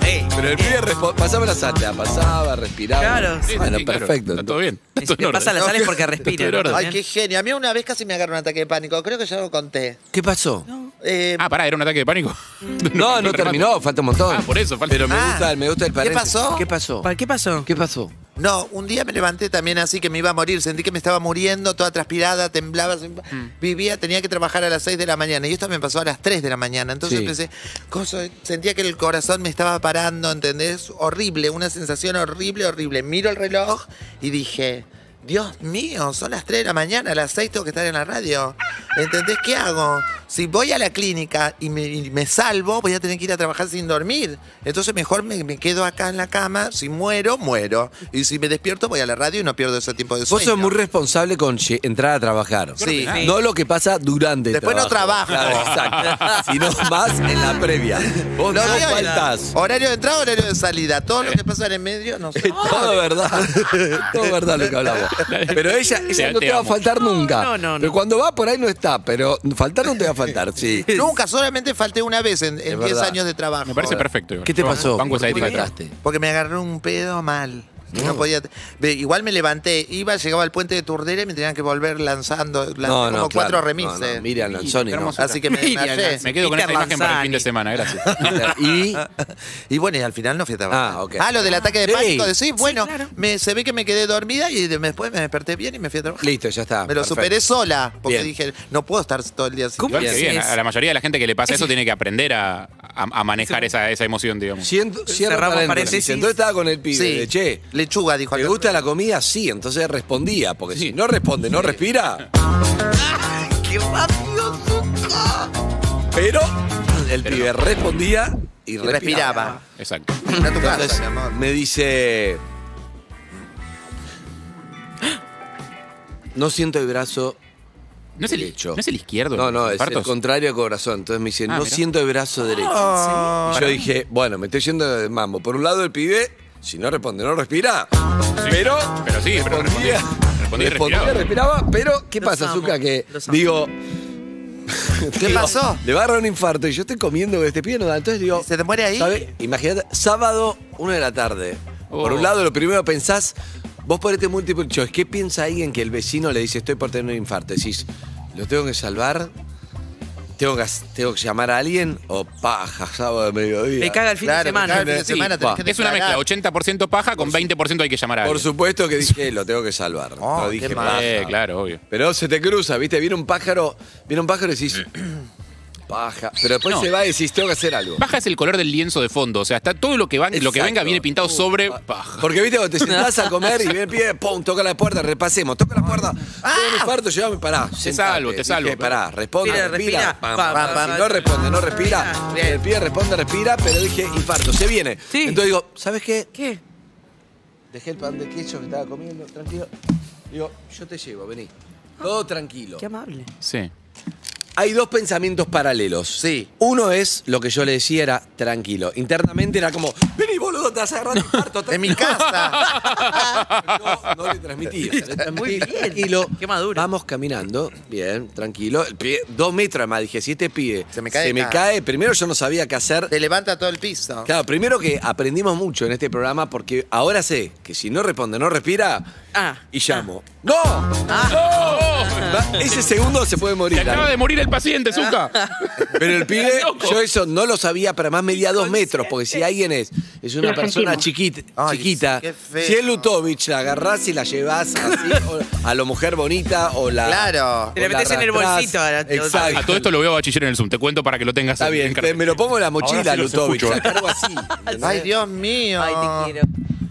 [SPEAKER 13] Eh,
[SPEAKER 11] pero el pibe responde, pasame la sal, la pasaba, respiraba.
[SPEAKER 13] Claro, sí,
[SPEAKER 11] bueno,
[SPEAKER 10] Sí, claro,
[SPEAKER 11] perfecto.
[SPEAKER 10] Está todo bien. Está
[SPEAKER 13] Si
[SPEAKER 10] todo en
[SPEAKER 13] te
[SPEAKER 10] orden.
[SPEAKER 13] pasa la sal es porque
[SPEAKER 10] Todo en
[SPEAKER 13] respira.
[SPEAKER 10] orden.
[SPEAKER 12] Ay, qué genio. A mí una vez casi me agarró un ataque de pánico. Creo que ya lo conté.
[SPEAKER 11] ¿Qué pasó?
[SPEAKER 12] Eh,
[SPEAKER 10] Ah, pará, era un ataque de pánico. *laughs*
[SPEAKER 11] No, no terminó, falta un montón.
[SPEAKER 10] Ah, por eso, falta.
[SPEAKER 11] Pero me
[SPEAKER 12] Ah.
[SPEAKER 11] gusta, me gusta el paréntesis.
[SPEAKER 12] pasó?
[SPEAKER 11] ¿Qué pasó?
[SPEAKER 13] ¿Para qué pasó?
[SPEAKER 11] ¿Qué pasó?
[SPEAKER 12] No, un día me levanté también así que me iba a morir. Sentí que me estaba muriendo, toda transpirada, temblaba. se- Vivía, tenía que trabajar a las 6 de la mañana. Y esto me pasó a las 3 de la mañana. Entonces
[SPEAKER 11] Sí.
[SPEAKER 12] empecé, cosa, sentía que el corazón me estaba parando, ¿entendés? Horrible, una sensación horrible, horrible. Miro el reloj y dije, Dios mío, son las 3 de la mañana, a las 6 tengo que estar en la radio. ¿Entendés qué hago? Si voy a la clínica y me, y me salvo, voy a tener que ir a trabajar sin dormir. Entonces mejor me, me quedo acá en la cama. Si muero, muero. Y si me despierto, voy a la radio y no pierdo ese tiempo de sueño.
[SPEAKER 11] Vos sos muy responsable con lle- entrar a trabajar.
[SPEAKER 12] Sí. Sí.
[SPEAKER 11] No lo que pasa durante el
[SPEAKER 12] Después no
[SPEAKER 11] trabajo.
[SPEAKER 12] trabajo.
[SPEAKER 11] Claro, *laughs* exacto. Sino más en la previa. Vos no,
[SPEAKER 12] Horario de-
[SPEAKER 11] faltás.
[SPEAKER 12] Horario de entrada, horario de salida. Todo lo que pasa en el medio, no sé.
[SPEAKER 11] Es *laughs* todo verdad. todo verdad lo que hablamos. Pero ella, ella
[SPEAKER 10] Te-
[SPEAKER 11] no
[SPEAKER 10] te
[SPEAKER 11] te va a
[SPEAKER 10] amo.
[SPEAKER 11] faltar nunca.
[SPEAKER 13] No, no, no.
[SPEAKER 11] Pero cuando va por ahí no está. Pero faltar no te va a faltar, sí.
[SPEAKER 12] Nunca, solamente falté una vez en
[SPEAKER 11] Es
[SPEAKER 12] en 10
[SPEAKER 11] verdad.
[SPEAKER 12] años de trabajo.
[SPEAKER 10] Me parece perfecto.
[SPEAKER 11] *laughs*
[SPEAKER 10] igual.
[SPEAKER 11] ¿Qué te
[SPEAKER 10] Yo
[SPEAKER 11] pasó?
[SPEAKER 10] Banco
[SPEAKER 11] ¿Por
[SPEAKER 10] esa
[SPEAKER 11] qué
[SPEAKER 10] ética.
[SPEAKER 11] faltaste?
[SPEAKER 12] Porque me agarró un pedo mal. Y
[SPEAKER 11] Uh.
[SPEAKER 12] No podía. ve, Igual me levanté, iba, llegaba al puente de Turdera y me tenían que volver lanzando, lanzé
[SPEAKER 11] No,
[SPEAKER 12] como
[SPEAKER 11] no,
[SPEAKER 12] cuatro
[SPEAKER 11] claro.
[SPEAKER 12] remises.
[SPEAKER 11] No, no, Miriam Lanzoni, no.
[SPEAKER 10] hermoso.
[SPEAKER 12] Así que me
[SPEAKER 13] Miriam
[SPEAKER 12] desmayé.
[SPEAKER 10] Me quedo con esta
[SPEAKER 13] Peter
[SPEAKER 10] imagen para el fin de
[SPEAKER 13] Lanzani.
[SPEAKER 10] semana, gracias.
[SPEAKER 11] Y
[SPEAKER 12] Y bueno, y al final no fui a trabajar.
[SPEAKER 11] Ah, ok.
[SPEAKER 12] Ah, lo del ataque de
[SPEAKER 11] Sí.
[SPEAKER 12] pánico. Decís, bueno,
[SPEAKER 13] claro.
[SPEAKER 12] me, se ve que me quedé dormida y de- después me desperté bien y me fui a trabajar.
[SPEAKER 11] listo, ya está.
[SPEAKER 12] me lo
[SPEAKER 11] perfecto.
[SPEAKER 12] superé sola, porque
[SPEAKER 11] Bien.
[SPEAKER 12] dije, no puedo estar todo el día así.
[SPEAKER 13] ¿Cómo
[SPEAKER 10] Igual que
[SPEAKER 13] haces?
[SPEAKER 10] bien, a la mayoría de la gente que le pasa eso tiene que aprender a, a a manejar esa, esa emoción, digamos.
[SPEAKER 11] Siento, cierro
[SPEAKER 10] Cerramos
[SPEAKER 11] paréntesis.
[SPEAKER 10] paréntesis.
[SPEAKER 11] Entonces estaba con el pibe.
[SPEAKER 10] Sí.
[SPEAKER 11] de, Che, lechuga, dijo. ¿Te gusta la comida? Sí, entonces respondía. Porque si no responde, no respira.
[SPEAKER 12] ¡Qué mafioso!
[SPEAKER 11] Pero el pibe respondía y respiraba.
[SPEAKER 12] respiraba.
[SPEAKER 10] Exacto.
[SPEAKER 12] Anda a tu casa,
[SPEAKER 11] Entonces,
[SPEAKER 12] mi amor.
[SPEAKER 11] me dice. No siento el brazo.
[SPEAKER 10] ¿No es el-
[SPEAKER 11] derecho.
[SPEAKER 10] no es el izquierdo,
[SPEAKER 11] No, no, es el
[SPEAKER 10] Bartos?
[SPEAKER 11] contrario al corazón. Entonces me dice,
[SPEAKER 10] Ah,
[SPEAKER 11] no
[SPEAKER 10] mirá.
[SPEAKER 11] siento el brazo derecho.
[SPEAKER 10] Ah,
[SPEAKER 11] Y
[SPEAKER 10] ¿en
[SPEAKER 11] yo
[SPEAKER 10] serio?
[SPEAKER 11] dije, bueno, me estoy yendo de mambo. Por un lado, el pibe, si no responde, no respira. Pero.
[SPEAKER 10] Pero sí, pero respondía. Respondía
[SPEAKER 11] respondía,
[SPEAKER 10] y respiraba.
[SPEAKER 11] respiraba, pero ¿qué
[SPEAKER 10] Los
[SPEAKER 11] pasa,
[SPEAKER 10] amo,
[SPEAKER 11] Zuka? Que
[SPEAKER 10] los amo.
[SPEAKER 11] digo.
[SPEAKER 12] ¿Qué
[SPEAKER 11] digo,
[SPEAKER 12] pasó?
[SPEAKER 11] *laughs* Le va a agarrar un infarto y yo estoy comiendo este pibe, no da. Entonces digo. ¿Se te muere ahí? Imagínate, sábado, una de la tarde. Por
[SPEAKER 13] Oh.
[SPEAKER 11] un lado, lo primero pensás, vos ponete múltiple choice. ¿Qué piensa alguien que el vecino le dice estoy por tener un infarto? Decís, ¿lo tengo que salvar? ¿Tengo que, tengo que llamar a alguien? ¿O paja, *laughs* sábado de mediodía?
[SPEAKER 13] Me caga el fin de Claro, te semana. caga el fin de
[SPEAKER 11] Sí,
[SPEAKER 13] semana, tenés
[SPEAKER 11] pa.
[SPEAKER 10] Es una mezcla, 80% paja con 20% hay que llamar a
[SPEAKER 11] Por
[SPEAKER 10] alguien.
[SPEAKER 11] supuesto que dije, lo tengo que salvar.
[SPEAKER 13] Oh,
[SPEAKER 11] no dije,
[SPEAKER 10] qué
[SPEAKER 11] paja.
[SPEAKER 10] mal. Eh, claro, obvio.
[SPEAKER 11] Pero se te cruza, ¿viste? Viene un pájaro, viene un pájaro y
[SPEAKER 13] *clears throat*
[SPEAKER 11] decís, paja. Pero después
[SPEAKER 10] No.
[SPEAKER 11] se va y decís, tengo que hacer algo.
[SPEAKER 10] Paja es el color del lienzo de fondo, o sea, está todo lo que, va, lo que
[SPEAKER 11] Exacto. Uh, ah.
[SPEAKER 10] venga viene pintado sobre paja.
[SPEAKER 11] Porque viste,
[SPEAKER 10] *laughs*
[SPEAKER 11] cuando te sentás a comer y viene el pie, pum, toca la puerta, repasemos, toca la puerta, tengo un infarto, llévame, pará. Te
[SPEAKER 10] salvo, Ah. te salvo.
[SPEAKER 11] pará, responde,
[SPEAKER 10] Respira,
[SPEAKER 11] respira.
[SPEAKER 10] respira.
[SPEAKER 11] pam,
[SPEAKER 10] Pa,
[SPEAKER 11] pam,
[SPEAKER 10] pa, Ah,
[SPEAKER 11] pam.
[SPEAKER 10] pa.
[SPEAKER 11] No responde, no respira. El pie responde, respira, pero dije, infarto, se viene. Entonces digo, ¿sabes qué?
[SPEAKER 13] ¿Qué?
[SPEAKER 11] Dejé el pan de queso que estaba comiendo, tranquilo. Digo, yo te llevo, vení. Todo
[SPEAKER 10] Ah.
[SPEAKER 11] tranquilo.
[SPEAKER 13] Qué amable.
[SPEAKER 1] *laughs*
[SPEAKER 10] Sí.
[SPEAKER 11] Hay dos pensamientos paralelos. Sí. Uno es lo que yo le decía era tranquilo. Internamente era como, vení boludo, te vas a agarrar infarto.
[SPEAKER 10] *laughs*
[SPEAKER 11] En mi casa.
[SPEAKER 12] *laughs*
[SPEAKER 11] no, no le
[SPEAKER 13] *laughs*
[SPEAKER 11] transmití. le transmití,
[SPEAKER 13] Muy bien.
[SPEAKER 11] Tranquilo. Qué maduro. Vamos caminando. Bien, tranquilo. El pie, dos metros más. Dije, si este pie se me
[SPEAKER 12] cae
[SPEAKER 11] Se me
[SPEAKER 12] acá.
[SPEAKER 11] cae. Primero yo no sabía qué hacer.
[SPEAKER 12] Te levanta todo el piso.
[SPEAKER 11] Claro, primero que aprendimos mucho en este programa porque ahora sé que si no responde, no respira
[SPEAKER 13] Ah.
[SPEAKER 11] y llamo. ¡No! Va- Ese segundo se puede morir.
[SPEAKER 10] Te acaba de morir el paciente,
[SPEAKER 11] *laughs*
[SPEAKER 10] Zuka.
[SPEAKER 11] Pero
[SPEAKER 10] *laughs*
[SPEAKER 11] el pibe,
[SPEAKER 10] Estás loco.
[SPEAKER 11] yo eso no lo sabía, pero más medía dos metros, porque si alguien es, es una
[SPEAKER 12] Lo
[SPEAKER 11] persona
[SPEAKER 12] sentimos.
[SPEAKER 11] chiquita, chiquita
[SPEAKER 12] qué feo.
[SPEAKER 11] si es Lutovich, la agarrás y la llevás así, o a la mujer bonita o la.
[SPEAKER 12] Claro.
[SPEAKER 11] o
[SPEAKER 12] Te la
[SPEAKER 11] la
[SPEAKER 12] metés en el
[SPEAKER 11] arrastrás.
[SPEAKER 12] bolsito a la-
[SPEAKER 11] Exacto.
[SPEAKER 10] A todo esto lo veo a bachiller en el Zoom, te cuento para que lo tengas. Está bien,
[SPEAKER 11] me lo pongo en la mochila, Lutovic,
[SPEAKER 10] *laughs*
[SPEAKER 12] Ay, Dios mío. Ay, te quiero.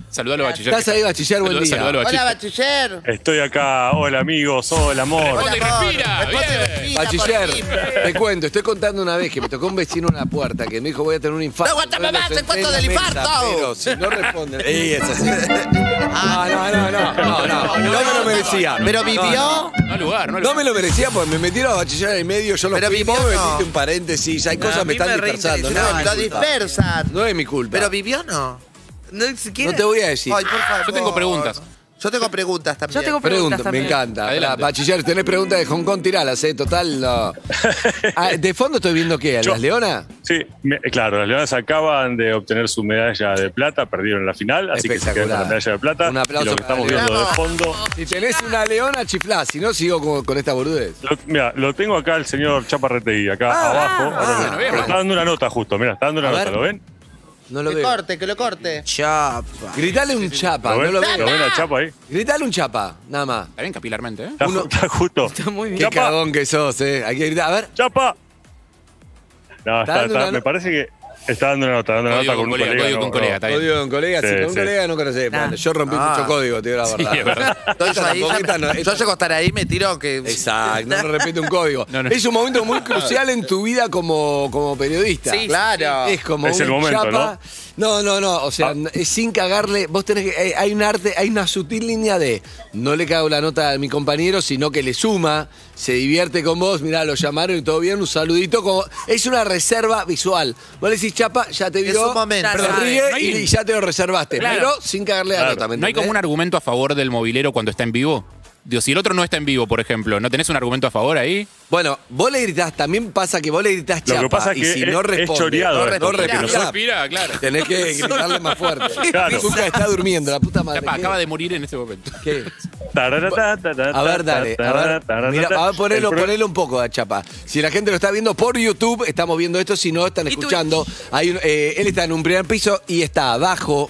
[SPEAKER 10] Saludalo, bachiller.
[SPEAKER 11] Estás ahí, bachiller, buen día.
[SPEAKER 10] Saludalo,
[SPEAKER 12] Hola,
[SPEAKER 10] bachiller.
[SPEAKER 12] bachiller.
[SPEAKER 1] Estoy acá. Hola, amigos. Hola, amor.
[SPEAKER 12] Hola, amor. Responde y
[SPEAKER 11] Eh,
[SPEAKER 12] respira,
[SPEAKER 11] Bachiller,
[SPEAKER 12] por fin.
[SPEAKER 11] te cuento, estoy contando una vez que me tocó un vecino en la puerta que me dijo voy a tener un infarto.
[SPEAKER 12] No, aguanta,
[SPEAKER 11] Entonces
[SPEAKER 12] mamá,
[SPEAKER 11] lo
[SPEAKER 12] se
[SPEAKER 11] senté
[SPEAKER 12] encuentra
[SPEAKER 11] en la
[SPEAKER 12] del
[SPEAKER 11] mesa,
[SPEAKER 12] infarto.
[SPEAKER 11] Pero si no responde. *laughs* Ey, es así. No, no, no, no, no, no, no me lo merecía.
[SPEAKER 12] Pero
[SPEAKER 11] No,
[SPEAKER 12] vivió.
[SPEAKER 11] no.
[SPEAKER 10] No lugar, no
[SPEAKER 11] No me lo merecía porque me metieron a bachiller en el medio, yo lo
[SPEAKER 12] Pero
[SPEAKER 11] fui,
[SPEAKER 12] vivió,
[SPEAKER 11] vos me
[SPEAKER 12] no.
[SPEAKER 11] metiste un paréntesis, hay
[SPEAKER 12] No,
[SPEAKER 11] cosas
[SPEAKER 12] a
[SPEAKER 11] me
[SPEAKER 12] mí me
[SPEAKER 11] están dispersando. No,
[SPEAKER 12] reinteresa.
[SPEAKER 11] es
[SPEAKER 12] Lo
[SPEAKER 11] mi culpa.
[SPEAKER 12] dispersan.
[SPEAKER 11] No es mi culpa.
[SPEAKER 12] Pero vivió o no.
[SPEAKER 13] No, ni siquiera-
[SPEAKER 11] No te voy a decir.
[SPEAKER 12] Ay, por favor.
[SPEAKER 11] Yo tengo preguntas.
[SPEAKER 12] Yo tengo preguntas también.
[SPEAKER 11] Pregunta, Me encanta. Pará, Bachiller, tenés preguntas de Hong Kong, tiralas, eh, total.
[SPEAKER 1] *laughs*
[SPEAKER 11] No. Ah, de fondo estoy viendo qué, ¿A
[SPEAKER 1] Yo-
[SPEAKER 11] las Leonas?
[SPEAKER 1] Sí, me- eh, claro, las Leonas acaban de obtener su medalla de plata, perdieron la final, así que se quedan con la medalla de plata.
[SPEAKER 11] Un aplauso
[SPEAKER 1] Y lo que
[SPEAKER 11] para
[SPEAKER 1] estamos
[SPEAKER 11] Leonas.
[SPEAKER 1] viendo de
[SPEAKER 11] Bravo.
[SPEAKER 1] fondo.
[SPEAKER 11] Si tenés una leona, chiflá. Si no, sigo con, con esta boludez.
[SPEAKER 1] Lo, mira, lo tengo acá el señor Chaparretegui,
[SPEAKER 13] Ah,
[SPEAKER 1] acá abajo. Ahora lo veo.
[SPEAKER 11] no
[SPEAKER 1] Pero está dando una nota justo, mira, está dando una
[SPEAKER 11] A
[SPEAKER 1] nota,
[SPEAKER 11] ver.
[SPEAKER 1] ¿lo ven?
[SPEAKER 11] No lo
[SPEAKER 12] Que
[SPEAKER 11] veo.
[SPEAKER 12] corte, que lo corte.
[SPEAKER 13] Chapa.
[SPEAKER 11] Gritale un chapa,
[SPEAKER 1] ¿Lo
[SPEAKER 11] no
[SPEAKER 1] ven?
[SPEAKER 11] lo
[SPEAKER 1] ¿Lo ven
[SPEAKER 11] veo.
[SPEAKER 1] a Chapa ahí?
[SPEAKER 11] Gritale un chapa, nada más.
[SPEAKER 10] Está bien capilarmente, ¿eh?
[SPEAKER 1] Está, ju- está justo. Está
[SPEAKER 13] muy
[SPEAKER 11] Qué cagón que sos, eh. Hay que gritar. A ver.
[SPEAKER 1] ¡Chapa!
[SPEAKER 11] Está
[SPEAKER 1] No, está,
[SPEAKER 11] dando
[SPEAKER 1] está-
[SPEAKER 11] una no-
[SPEAKER 1] me parece que está dando una nota, dando una
[SPEAKER 10] Código
[SPEAKER 1] nota con
[SPEAKER 10] con
[SPEAKER 1] un
[SPEAKER 10] colega,
[SPEAKER 1] colega.
[SPEAKER 10] código
[SPEAKER 1] no,
[SPEAKER 10] con colega,
[SPEAKER 1] no.
[SPEAKER 10] está bien.
[SPEAKER 11] Código en colega,
[SPEAKER 1] Sí,
[SPEAKER 11] si con un
[SPEAKER 1] sí.
[SPEAKER 11] colega no conocés.
[SPEAKER 12] Nah.
[SPEAKER 11] Bueno, Yo rompí
[SPEAKER 12] Ah.
[SPEAKER 11] mucho código, te digo la
[SPEAKER 10] *laughs* Sí,
[SPEAKER 11] verdad. *laughs*
[SPEAKER 10] es verdad.
[SPEAKER 12] Yo, yo ahí,
[SPEAKER 11] tampoco, esta no-
[SPEAKER 12] yo llego a estar ahí, me tiro que.
[SPEAKER 11] Exacto, no, no repite un código. Es un momento muy crucial en tu vida como, como periodista.
[SPEAKER 12] Sí, claro.
[SPEAKER 11] Es como
[SPEAKER 1] Es
[SPEAKER 11] un
[SPEAKER 1] el momento,
[SPEAKER 11] chapa. ¿no? No, no, o sea, es sin cagarle, vos tenés que hay- hay un arte, hay una sutil línea de no le cago la nota a mi compañero, sino que le suma, se divierte con vos, mirá, lo llamaron y todo bien, un saludito como es una reserva visual. Vos le decís chapa, ya te
[SPEAKER 12] Es
[SPEAKER 11] vio,
[SPEAKER 12] un momento.
[SPEAKER 11] pero
[SPEAKER 12] Ya sabe.
[SPEAKER 11] ríe
[SPEAKER 10] No hay-
[SPEAKER 11] y, ya te lo reservaste,
[SPEAKER 10] Claro.
[SPEAKER 11] pero sin cagarle la
[SPEAKER 10] Claro.
[SPEAKER 11] nota, ¿me
[SPEAKER 10] ¿No hay como un
[SPEAKER 11] entendés?
[SPEAKER 10] argumento a favor del movilero cuando está en vivo? Digo, si el otro no está en vivo, por ejemplo, ¿no tenés un argumento a favor ahí?
[SPEAKER 11] Bueno, vos le gritás, también pasa que vos le gritás
[SPEAKER 1] Lo
[SPEAKER 11] chapa.
[SPEAKER 1] que pasa es
[SPEAKER 11] y
[SPEAKER 1] que
[SPEAKER 11] si
[SPEAKER 1] es-
[SPEAKER 11] no
[SPEAKER 1] es
[SPEAKER 11] responde,
[SPEAKER 1] choreado
[SPEAKER 11] no,
[SPEAKER 1] esto, porque
[SPEAKER 11] respira,
[SPEAKER 1] nosotros-
[SPEAKER 10] Respira, claro.
[SPEAKER 11] Tenés que gritarle más fuerte.
[SPEAKER 1] Claro.
[SPEAKER 11] Zucca está durmiendo, la puta madre.
[SPEAKER 10] Chapa, acaba de morir en este momento.
[SPEAKER 11] ¿Qué?
[SPEAKER 1] Tararata, tararata,
[SPEAKER 11] A ver, dale. A
[SPEAKER 1] tararata,
[SPEAKER 11] ver, mira, a ver, ponelo,
[SPEAKER 1] El pro-
[SPEAKER 11] ponelo un poco a Chapa. Si la gente lo está viendo por YouTube, estamos viendo esto. Si no, están escuchando. Hay un- eh, él está en un primer piso y está abajo.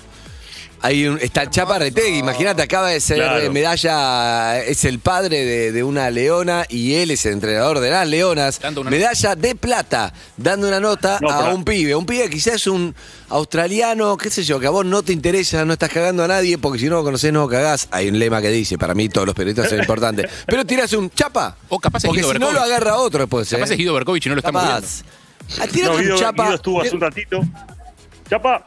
[SPEAKER 11] Ahí un- está Chaparretegui, imagínate, acaba de ser
[SPEAKER 12] Claro.
[SPEAKER 11] eh, medalla, es el padre de, de una leona y él es el entrenador de las leonas. Medalla de plata, dando una nota
[SPEAKER 12] No,
[SPEAKER 11] a
[SPEAKER 12] pero-
[SPEAKER 11] un pibe, un pibe quizás un australiano, qué sé yo, que a vos no te interesa, no estás cagando a nadie, porque si no lo conocés no cagás. Hay un lema que dice, para mí todos los periodistas
[SPEAKER 1] *laughs*
[SPEAKER 11] son importantes, pero tiras un chapa,
[SPEAKER 10] O capaz es
[SPEAKER 11] porque
[SPEAKER 10] Guido
[SPEAKER 11] si no lo
[SPEAKER 10] Berkovich.
[SPEAKER 11] agarra otro después.
[SPEAKER 10] Capaz
[SPEAKER 11] eh.
[SPEAKER 10] es Guido Berkovich y no lo estamos
[SPEAKER 11] Capaz.
[SPEAKER 10] viendo.
[SPEAKER 11] Ah, tírate
[SPEAKER 1] No,
[SPEAKER 11] un
[SPEAKER 1] Guido-
[SPEAKER 11] chapa. Eh,
[SPEAKER 1] Guido estuvo hace un ratito. Chapa.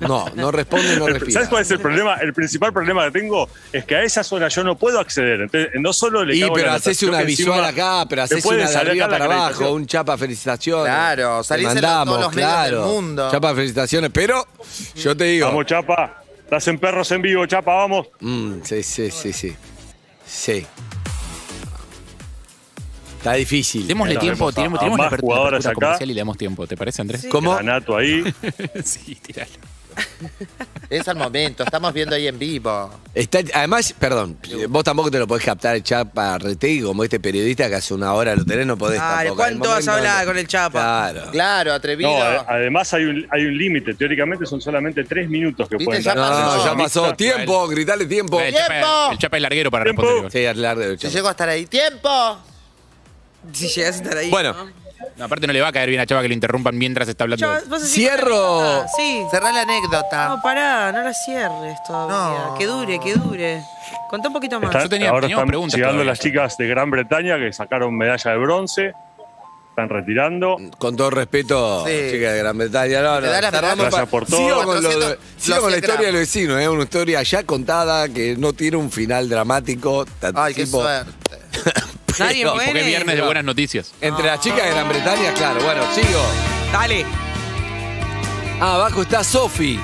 [SPEAKER 11] No, no responde, no respira.
[SPEAKER 1] *laughs* ¿Sabes cuál es el problema? El principal problema que tengo es que a esa zona yo no puedo acceder. Entonces, no solo le
[SPEAKER 11] Y
[SPEAKER 1] cago en
[SPEAKER 11] pero
[SPEAKER 1] la
[SPEAKER 11] haces
[SPEAKER 1] natación,
[SPEAKER 11] una
[SPEAKER 1] que
[SPEAKER 11] visual
[SPEAKER 1] encima
[SPEAKER 11] acá, pero
[SPEAKER 1] me
[SPEAKER 11] haces
[SPEAKER 1] pueden
[SPEAKER 11] una de
[SPEAKER 1] sacar
[SPEAKER 11] arriba
[SPEAKER 1] la
[SPEAKER 11] para abajo,
[SPEAKER 1] acreditación.
[SPEAKER 11] un chapa felicitaciones.
[SPEAKER 12] Claro,
[SPEAKER 11] Te
[SPEAKER 12] salís en
[SPEAKER 11] mandamos,
[SPEAKER 12] todos los medios
[SPEAKER 11] claro.
[SPEAKER 12] del mundo.
[SPEAKER 11] Chapa felicitaciones, pero yo te digo.
[SPEAKER 1] Vamos, Chapa. Estás en perros en vivo, Chapa, vamos.
[SPEAKER 11] Mm, sí, sí, sí, sí. Sí. Está difícil.
[SPEAKER 10] Démosle
[SPEAKER 11] Pero
[SPEAKER 10] tiempo,
[SPEAKER 11] vemos a-
[SPEAKER 10] tenemos,
[SPEAKER 11] a
[SPEAKER 10] tenemos la
[SPEAKER 11] más
[SPEAKER 10] apertura
[SPEAKER 11] jugadoras
[SPEAKER 10] apertura
[SPEAKER 11] acá.
[SPEAKER 10] comercial y le damos tiempo, ¿te parece, Andrés?
[SPEAKER 11] ¿Cómo?
[SPEAKER 1] A
[SPEAKER 11] *laughs*
[SPEAKER 1] Nato ahí.
[SPEAKER 10] *laughs* sí, tirale.
[SPEAKER 12] Es al momento, estamos viendo ahí en vivo.
[SPEAKER 11] Está- además, perdón, vos tampoco te lo podés captar el chapa Retegui como este periodista que hace una hora lo tenés, no podés
[SPEAKER 13] Claro,
[SPEAKER 11] tampoco.
[SPEAKER 13] ¿cuánto
[SPEAKER 11] Al
[SPEAKER 13] vas a
[SPEAKER 11] momento-
[SPEAKER 13] hablar con el chapa?
[SPEAKER 11] Claro.
[SPEAKER 12] Claro, atrevido.
[SPEAKER 1] No, eh, a- además hay un, hay un límite. Teóricamente son solamente tres minutos que pueden
[SPEAKER 11] ya
[SPEAKER 1] dar.
[SPEAKER 11] pasó. No, ya pasó.
[SPEAKER 1] Lista.
[SPEAKER 11] Tiempo, gritarle tiempo.
[SPEAKER 10] El chapa,
[SPEAKER 12] ¡Tiempo!
[SPEAKER 10] el Chapa es larguero para
[SPEAKER 1] Tiempo.
[SPEAKER 10] responder.
[SPEAKER 11] Sí, al largo del
[SPEAKER 12] Si
[SPEAKER 11] Chapa.
[SPEAKER 12] llego a estar ahí, ¡tiempo!
[SPEAKER 13] Si llegas a estar ahí.
[SPEAKER 11] Bueno,
[SPEAKER 10] No, aparte no le va a caer bien a Chapa que lo interrumpan mientras está hablando.
[SPEAKER 13] Chava, vos decís-
[SPEAKER 11] Cierro.
[SPEAKER 13] Ah, Sí.
[SPEAKER 12] Cerrá la anécdota.
[SPEAKER 13] No, pará, no la cierres todavía. Que dure, que dure. Contá un poquito más.
[SPEAKER 1] Está- ahora
[SPEAKER 10] teníamos
[SPEAKER 1] están
[SPEAKER 10] preguntas
[SPEAKER 1] llegando
[SPEAKER 10] todavía.
[SPEAKER 1] las chicas de Gran Bretaña que sacaron medalla de bronce. Están retirando.
[SPEAKER 11] Con todo respeto,
[SPEAKER 12] Sí.
[SPEAKER 11] chica de Gran Bretaña, no,
[SPEAKER 12] Te
[SPEAKER 11] no,
[SPEAKER 12] da las
[SPEAKER 11] tardamos
[SPEAKER 1] medallas.
[SPEAKER 11] pa-
[SPEAKER 1] Gracias por todo.
[SPEAKER 11] Sigo con, lo de-
[SPEAKER 12] 400,
[SPEAKER 11] sigo
[SPEAKER 12] los
[SPEAKER 11] con la
[SPEAKER 12] cien
[SPEAKER 11] historia del
[SPEAKER 12] gramos.
[SPEAKER 11] vecino, es una historia ya contada que no tiene un final dramático. tan-
[SPEAKER 12] Ay, qué
[SPEAKER 11] tipo- *laughs*
[SPEAKER 12] suerte.
[SPEAKER 13] Nadie
[SPEAKER 11] Pero-
[SPEAKER 10] Porque
[SPEAKER 13] muere.
[SPEAKER 10] es viernes de buenas noticias.
[SPEAKER 11] Entre las chicas de Gran Bretaña, claro, bueno, sigo.
[SPEAKER 13] Dale.
[SPEAKER 11] Ah, abajo está Sofi.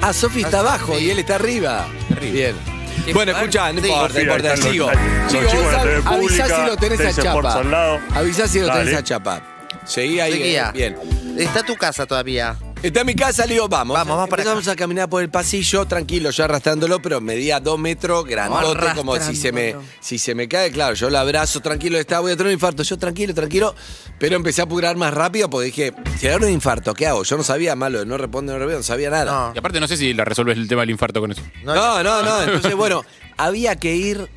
[SPEAKER 11] Ah, Sofi está
[SPEAKER 12] Ah,
[SPEAKER 11] abajo
[SPEAKER 12] Sofi.
[SPEAKER 11] y él está arriba. Bien.
[SPEAKER 13] Qué
[SPEAKER 11] Bueno,
[SPEAKER 13] fuerte.
[SPEAKER 11] escuchá, no
[SPEAKER 12] Sí.
[SPEAKER 11] importa, no
[SPEAKER 1] Mira,
[SPEAKER 11] importa,
[SPEAKER 1] están los-
[SPEAKER 11] sigo.
[SPEAKER 1] los
[SPEAKER 11] Sigo,
[SPEAKER 1] chicos de
[SPEAKER 11] vos
[SPEAKER 1] la TV
[SPEAKER 11] av- avisá
[SPEAKER 1] pública,
[SPEAKER 11] si lo tenés a
[SPEAKER 1] Tense Sports
[SPEAKER 11] Chapa.
[SPEAKER 1] al lado.
[SPEAKER 11] Avisá si lo tenés
[SPEAKER 1] Dale.
[SPEAKER 11] a Chapa. Seguí ahí.
[SPEAKER 12] Seguía.
[SPEAKER 11] eh, Bien.
[SPEAKER 12] Está tu casa todavía.
[SPEAKER 11] Está en mi casa, le digo, vamos.
[SPEAKER 12] Vamos, vamos para
[SPEAKER 11] Empezamos a caminar por el pasillo, tranquilo, yo arrastrándolo, pero medía dos metros, grandote, como si se me,
[SPEAKER 13] arrastrándolo.
[SPEAKER 11] si se me cae, claro, yo lo abrazo, tranquilo, está, voy a tener un infarto, yo tranquilo, tranquilo, pero empecé a apurar más rápido porque dije, si le da un infarto, ¿qué hago? Yo no sabía, malo, no responde, no responde, no sabía nada.
[SPEAKER 12] No,
[SPEAKER 10] Y aparte no sé si la resuelves el tema del infarto con eso.
[SPEAKER 11] No, no, no. Entonces, bueno, había que ir.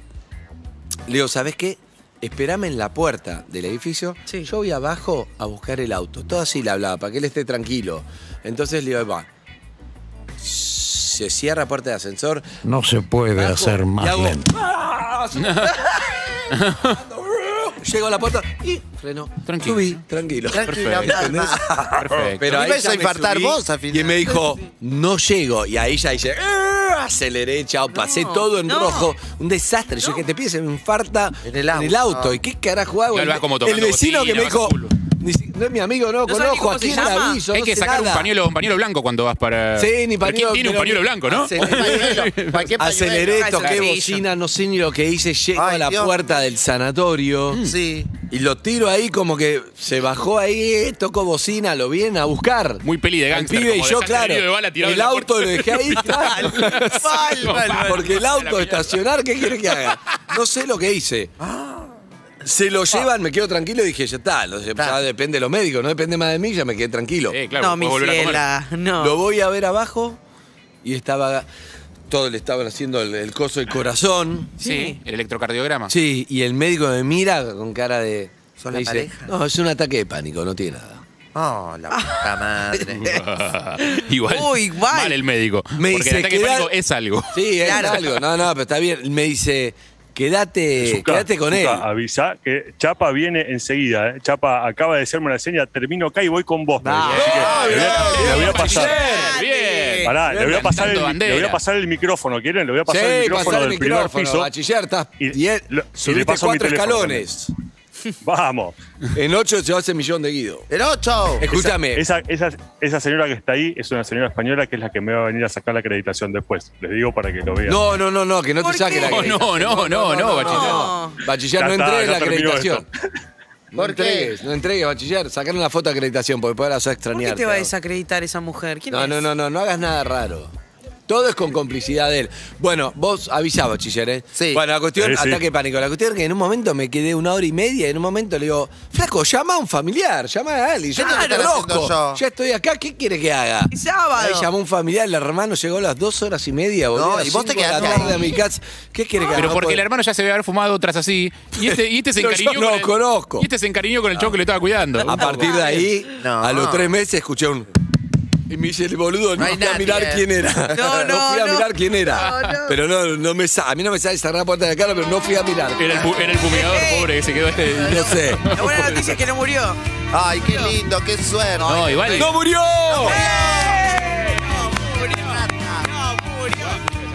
[SPEAKER 11] Le digo, ¿sabes qué? Esperame en la puerta del edificio.
[SPEAKER 13] Sí.
[SPEAKER 11] Yo voy abajo a buscar el auto. Todo así le hablaba, para que él esté tranquilo. Entonces le digo, va. Se cierra la puerta del ascensor.
[SPEAKER 4] No se puede
[SPEAKER 11] bajo
[SPEAKER 4] hacer
[SPEAKER 11] y
[SPEAKER 4] más
[SPEAKER 11] hago,
[SPEAKER 4] lento.
[SPEAKER 11] *laughs* "Ah", Llego a la puerta y freno.
[SPEAKER 10] Tranquilo.
[SPEAKER 11] Subí, tranquilo.
[SPEAKER 12] Tranquilo,
[SPEAKER 11] ¿Entendés?
[SPEAKER 10] Perfecto.
[SPEAKER 11] *laughs* Pero
[SPEAKER 12] Me
[SPEAKER 11] ahí
[SPEAKER 12] ibas
[SPEAKER 11] ya
[SPEAKER 12] a
[SPEAKER 11] me
[SPEAKER 12] infartar
[SPEAKER 11] subí
[SPEAKER 12] vos, al final.
[SPEAKER 11] Y él me dijo, no llego. Y ahí ya dije, "Ah", aceleré, chao, pasé todo en
[SPEAKER 13] no.
[SPEAKER 11] rojo. Un desastre. Yo dije, te pides un infarta
[SPEAKER 12] En el auto.
[SPEAKER 11] ¿Y qué carajo hago?
[SPEAKER 10] Claro, vas como tocando
[SPEAKER 11] el vecino
[SPEAKER 10] bocina,
[SPEAKER 11] que me
[SPEAKER 10] vas a
[SPEAKER 11] dijo,
[SPEAKER 10] full.
[SPEAKER 11] "Ni si- no es mi amigo, no,
[SPEAKER 13] No sabe ni
[SPEAKER 11] conozco.
[SPEAKER 13] cómo
[SPEAKER 11] ¿A
[SPEAKER 13] se
[SPEAKER 11] quién le
[SPEAKER 13] llama.
[SPEAKER 11] aviso?
[SPEAKER 10] Hay
[SPEAKER 11] No
[SPEAKER 10] que
[SPEAKER 11] sé
[SPEAKER 10] sacar un
[SPEAKER 11] nada".
[SPEAKER 10] pañuelo, un pañuelo blanco cuando vas para.
[SPEAKER 11] Sí, ni
[SPEAKER 10] Pero
[SPEAKER 11] pañuelo.
[SPEAKER 10] ¿Quién tiene un
[SPEAKER 11] pero-
[SPEAKER 10] pañuelo blanco, no?
[SPEAKER 11] Aceleré,
[SPEAKER 10] *laughs*
[SPEAKER 12] Pañuelo, ¿para qué pañuelo?
[SPEAKER 11] aceleré, toqué
[SPEAKER 13] Calzoncillo.
[SPEAKER 11] bocina, no sé ni lo que hice. Llego
[SPEAKER 12] Ay,
[SPEAKER 11] a la
[SPEAKER 12] Dios. Mm.
[SPEAKER 11] puerta del sanatorio.
[SPEAKER 12] Sí.
[SPEAKER 11] Y lo tiro ahí como que se bajó ahí, tocó bocina, lo vienen a buscar.
[SPEAKER 10] Muy peli de
[SPEAKER 11] El
[SPEAKER 10] gángster,
[SPEAKER 11] pibe y
[SPEAKER 10] como
[SPEAKER 11] yo,
[SPEAKER 10] dejaste el
[SPEAKER 11] claro.
[SPEAKER 10] herido de bala tirado
[SPEAKER 11] El
[SPEAKER 10] en la
[SPEAKER 11] auto
[SPEAKER 10] puerta. *laughs*
[SPEAKER 11] lo dejé ahí. *laughs* tal. Porque el auto estacionar, ¿qué quiere que haga? No sé lo que hice.
[SPEAKER 10] Ah.
[SPEAKER 11] Se lo llevan, me quedo tranquilo y dije, ya está, lo- ya
[SPEAKER 12] Claro.
[SPEAKER 11] depende de los médicos, no depende más de mí, ya me quedé tranquilo.
[SPEAKER 10] Eh, claro,
[SPEAKER 13] No, mi
[SPEAKER 10] puedes volver a comer.
[SPEAKER 13] ciela. No.
[SPEAKER 11] Lo voy a ver abajo y estaba. Todo le estaban haciendo el, el coso del corazón.
[SPEAKER 10] Sí, el electrocardiograma. *laughs*
[SPEAKER 11] Sí, y el médico me mira con cara de.
[SPEAKER 12] ¿Son
[SPEAKER 11] me
[SPEAKER 12] la
[SPEAKER 11] dice,
[SPEAKER 12] pareja?
[SPEAKER 11] No, es un ataque de pánico, no tiene nada.
[SPEAKER 12] Oh, la puta
[SPEAKER 10] *laughs*
[SPEAKER 12] madre.
[SPEAKER 10] igual.
[SPEAKER 13] Uy, igual.
[SPEAKER 10] Mal el médico.
[SPEAKER 11] Oh, Me
[SPEAKER 10] porque
[SPEAKER 11] dice,
[SPEAKER 10] el ataque de
[SPEAKER 11] "Quedá-
[SPEAKER 10] pánico es algo.
[SPEAKER 11] Sí, es
[SPEAKER 13] Claro.
[SPEAKER 11] algo. No, no, pero está bien. Me dice, quédate,
[SPEAKER 1] Zucca,
[SPEAKER 11] Eh, quédate con él.
[SPEAKER 1] Zucca, Avisa que Chapa viene enseguida. ¿eh? Chapa acaba de hacerme una seña, termino acá y voy con vos. me dijo. Así que
[SPEAKER 11] Ah,
[SPEAKER 1] le voy a- le voy a pasar.
[SPEAKER 10] Bien.
[SPEAKER 1] Pará, le voy, a pasar el,
[SPEAKER 10] Levantando
[SPEAKER 1] le voy
[SPEAKER 10] bandera.
[SPEAKER 1] a pasar el micrófono, ¿quieren? Le voy a
[SPEAKER 11] Sí,
[SPEAKER 1] pasar el micrófono
[SPEAKER 11] pasar el
[SPEAKER 1] del primer
[SPEAKER 11] micrófono,
[SPEAKER 1] piso.
[SPEAKER 11] bachiller, estás.
[SPEAKER 1] Y-
[SPEAKER 11] Y, él-
[SPEAKER 1] lo- y le
[SPEAKER 11] subiste
[SPEAKER 1] paso mi
[SPEAKER 11] cuatro
[SPEAKER 1] teléfono
[SPEAKER 11] escalones.
[SPEAKER 1] Vamos.
[SPEAKER 11] En ocho se va a hacer millón de Guido.
[SPEAKER 12] ¡El 8!
[SPEAKER 11] Escúchame.
[SPEAKER 1] Esa, esa, esa señora que está ahí es una señora española que es la que me va a venir a sacar la acreditación después. Les digo para que lo vean.
[SPEAKER 11] No, no, no, no, que no
[SPEAKER 13] ¿Por
[SPEAKER 11] te saque
[SPEAKER 13] qué?
[SPEAKER 11] la
[SPEAKER 10] *laughs* No, no, no, no, no, bachiller.
[SPEAKER 13] No.
[SPEAKER 11] Bachiller,
[SPEAKER 1] Ya
[SPEAKER 11] no
[SPEAKER 1] está,
[SPEAKER 11] entregues
[SPEAKER 1] ya
[SPEAKER 11] la
[SPEAKER 1] terminó
[SPEAKER 11] acreditación. No
[SPEAKER 12] ¿Por qué?
[SPEAKER 11] entregues, no entregues, bachiller. Sacaron la foto de acreditación porque después la vas a
[SPEAKER 13] ¿Por
[SPEAKER 11] extrañar.
[SPEAKER 13] qué te va a desacreditar esa mujer? ¿Quién
[SPEAKER 11] No,
[SPEAKER 13] es?
[SPEAKER 11] no, no, no, no hagas nada raro. Todo es con complicidad de él. Bueno, vos avisabas, Chiller, ¿eh?
[SPEAKER 12] Sí.
[SPEAKER 11] Bueno, la cuestión,
[SPEAKER 12] Eh, sí.
[SPEAKER 11] ataque de pánico. La cuestión es que en un momento me quedé una hora y media y en un momento le digo, flaco, llama a un familiar, llama a alguien. Yo
[SPEAKER 12] Claro,
[SPEAKER 11] te conozco.
[SPEAKER 12] yo.
[SPEAKER 11] Ya estoy acá, ¿qué quiere que haga?
[SPEAKER 13] sábado.
[SPEAKER 11] Ahí llamó un familiar, el hermano llegó a las dos horas y media, boludo.
[SPEAKER 12] No,
[SPEAKER 11] a las
[SPEAKER 12] y vos te
[SPEAKER 11] cinco de la
[SPEAKER 12] quedaste
[SPEAKER 11] tarde
[SPEAKER 12] ahí.
[SPEAKER 11] a mi casa. ¿Qué quiere que haga?
[SPEAKER 10] Pero
[SPEAKER 11] No
[SPEAKER 10] porque el
[SPEAKER 11] puedo-
[SPEAKER 10] hermano ya se debe haber fumado otras así. Y este, y este se
[SPEAKER 11] *laughs* No, yo
[SPEAKER 10] encariñó.
[SPEAKER 11] no
[SPEAKER 10] con el-
[SPEAKER 11] conozco.
[SPEAKER 10] Y este se encariñó con el chavo que lo estaba cuidando.
[SPEAKER 11] A partir de ahí, a los tres meses escuché un. Y me dice el boludo, no,
[SPEAKER 12] hay
[SPEAKER 11] fui a
[SPEAKER 12] nadie,
[SPEAKER 11] mirar
[SPEAKER 12] eh.
[SPEAKER 11] quién era. *laughs*
[SPEAKER 12] No, no,
[SPEAKER 11] fui a
[SPEAKER 12] no.
[SPEAKER 11] mirar quién era.
[SPEAKER 12] No, no.
[SPEAKER 11] Pero no, no me sa- a mí no me sale cerrar la puerta de la cara, pero no fui a mirar.
[SPEAKER 10] Era el, fu- era el fumigador,
[SPEAKER 11] *laughs*
[SPEAKER 10] pobre, que se quedó este.
[SPEAKER 11] No sé.
[SPEAKER 13] La buena noticia es que no murió.
[SPEAKER 12] Ay, qué lindo, qué suerte.
[SPEAKER 10] No, igual.
[SPEAKER 11] ¡No murió!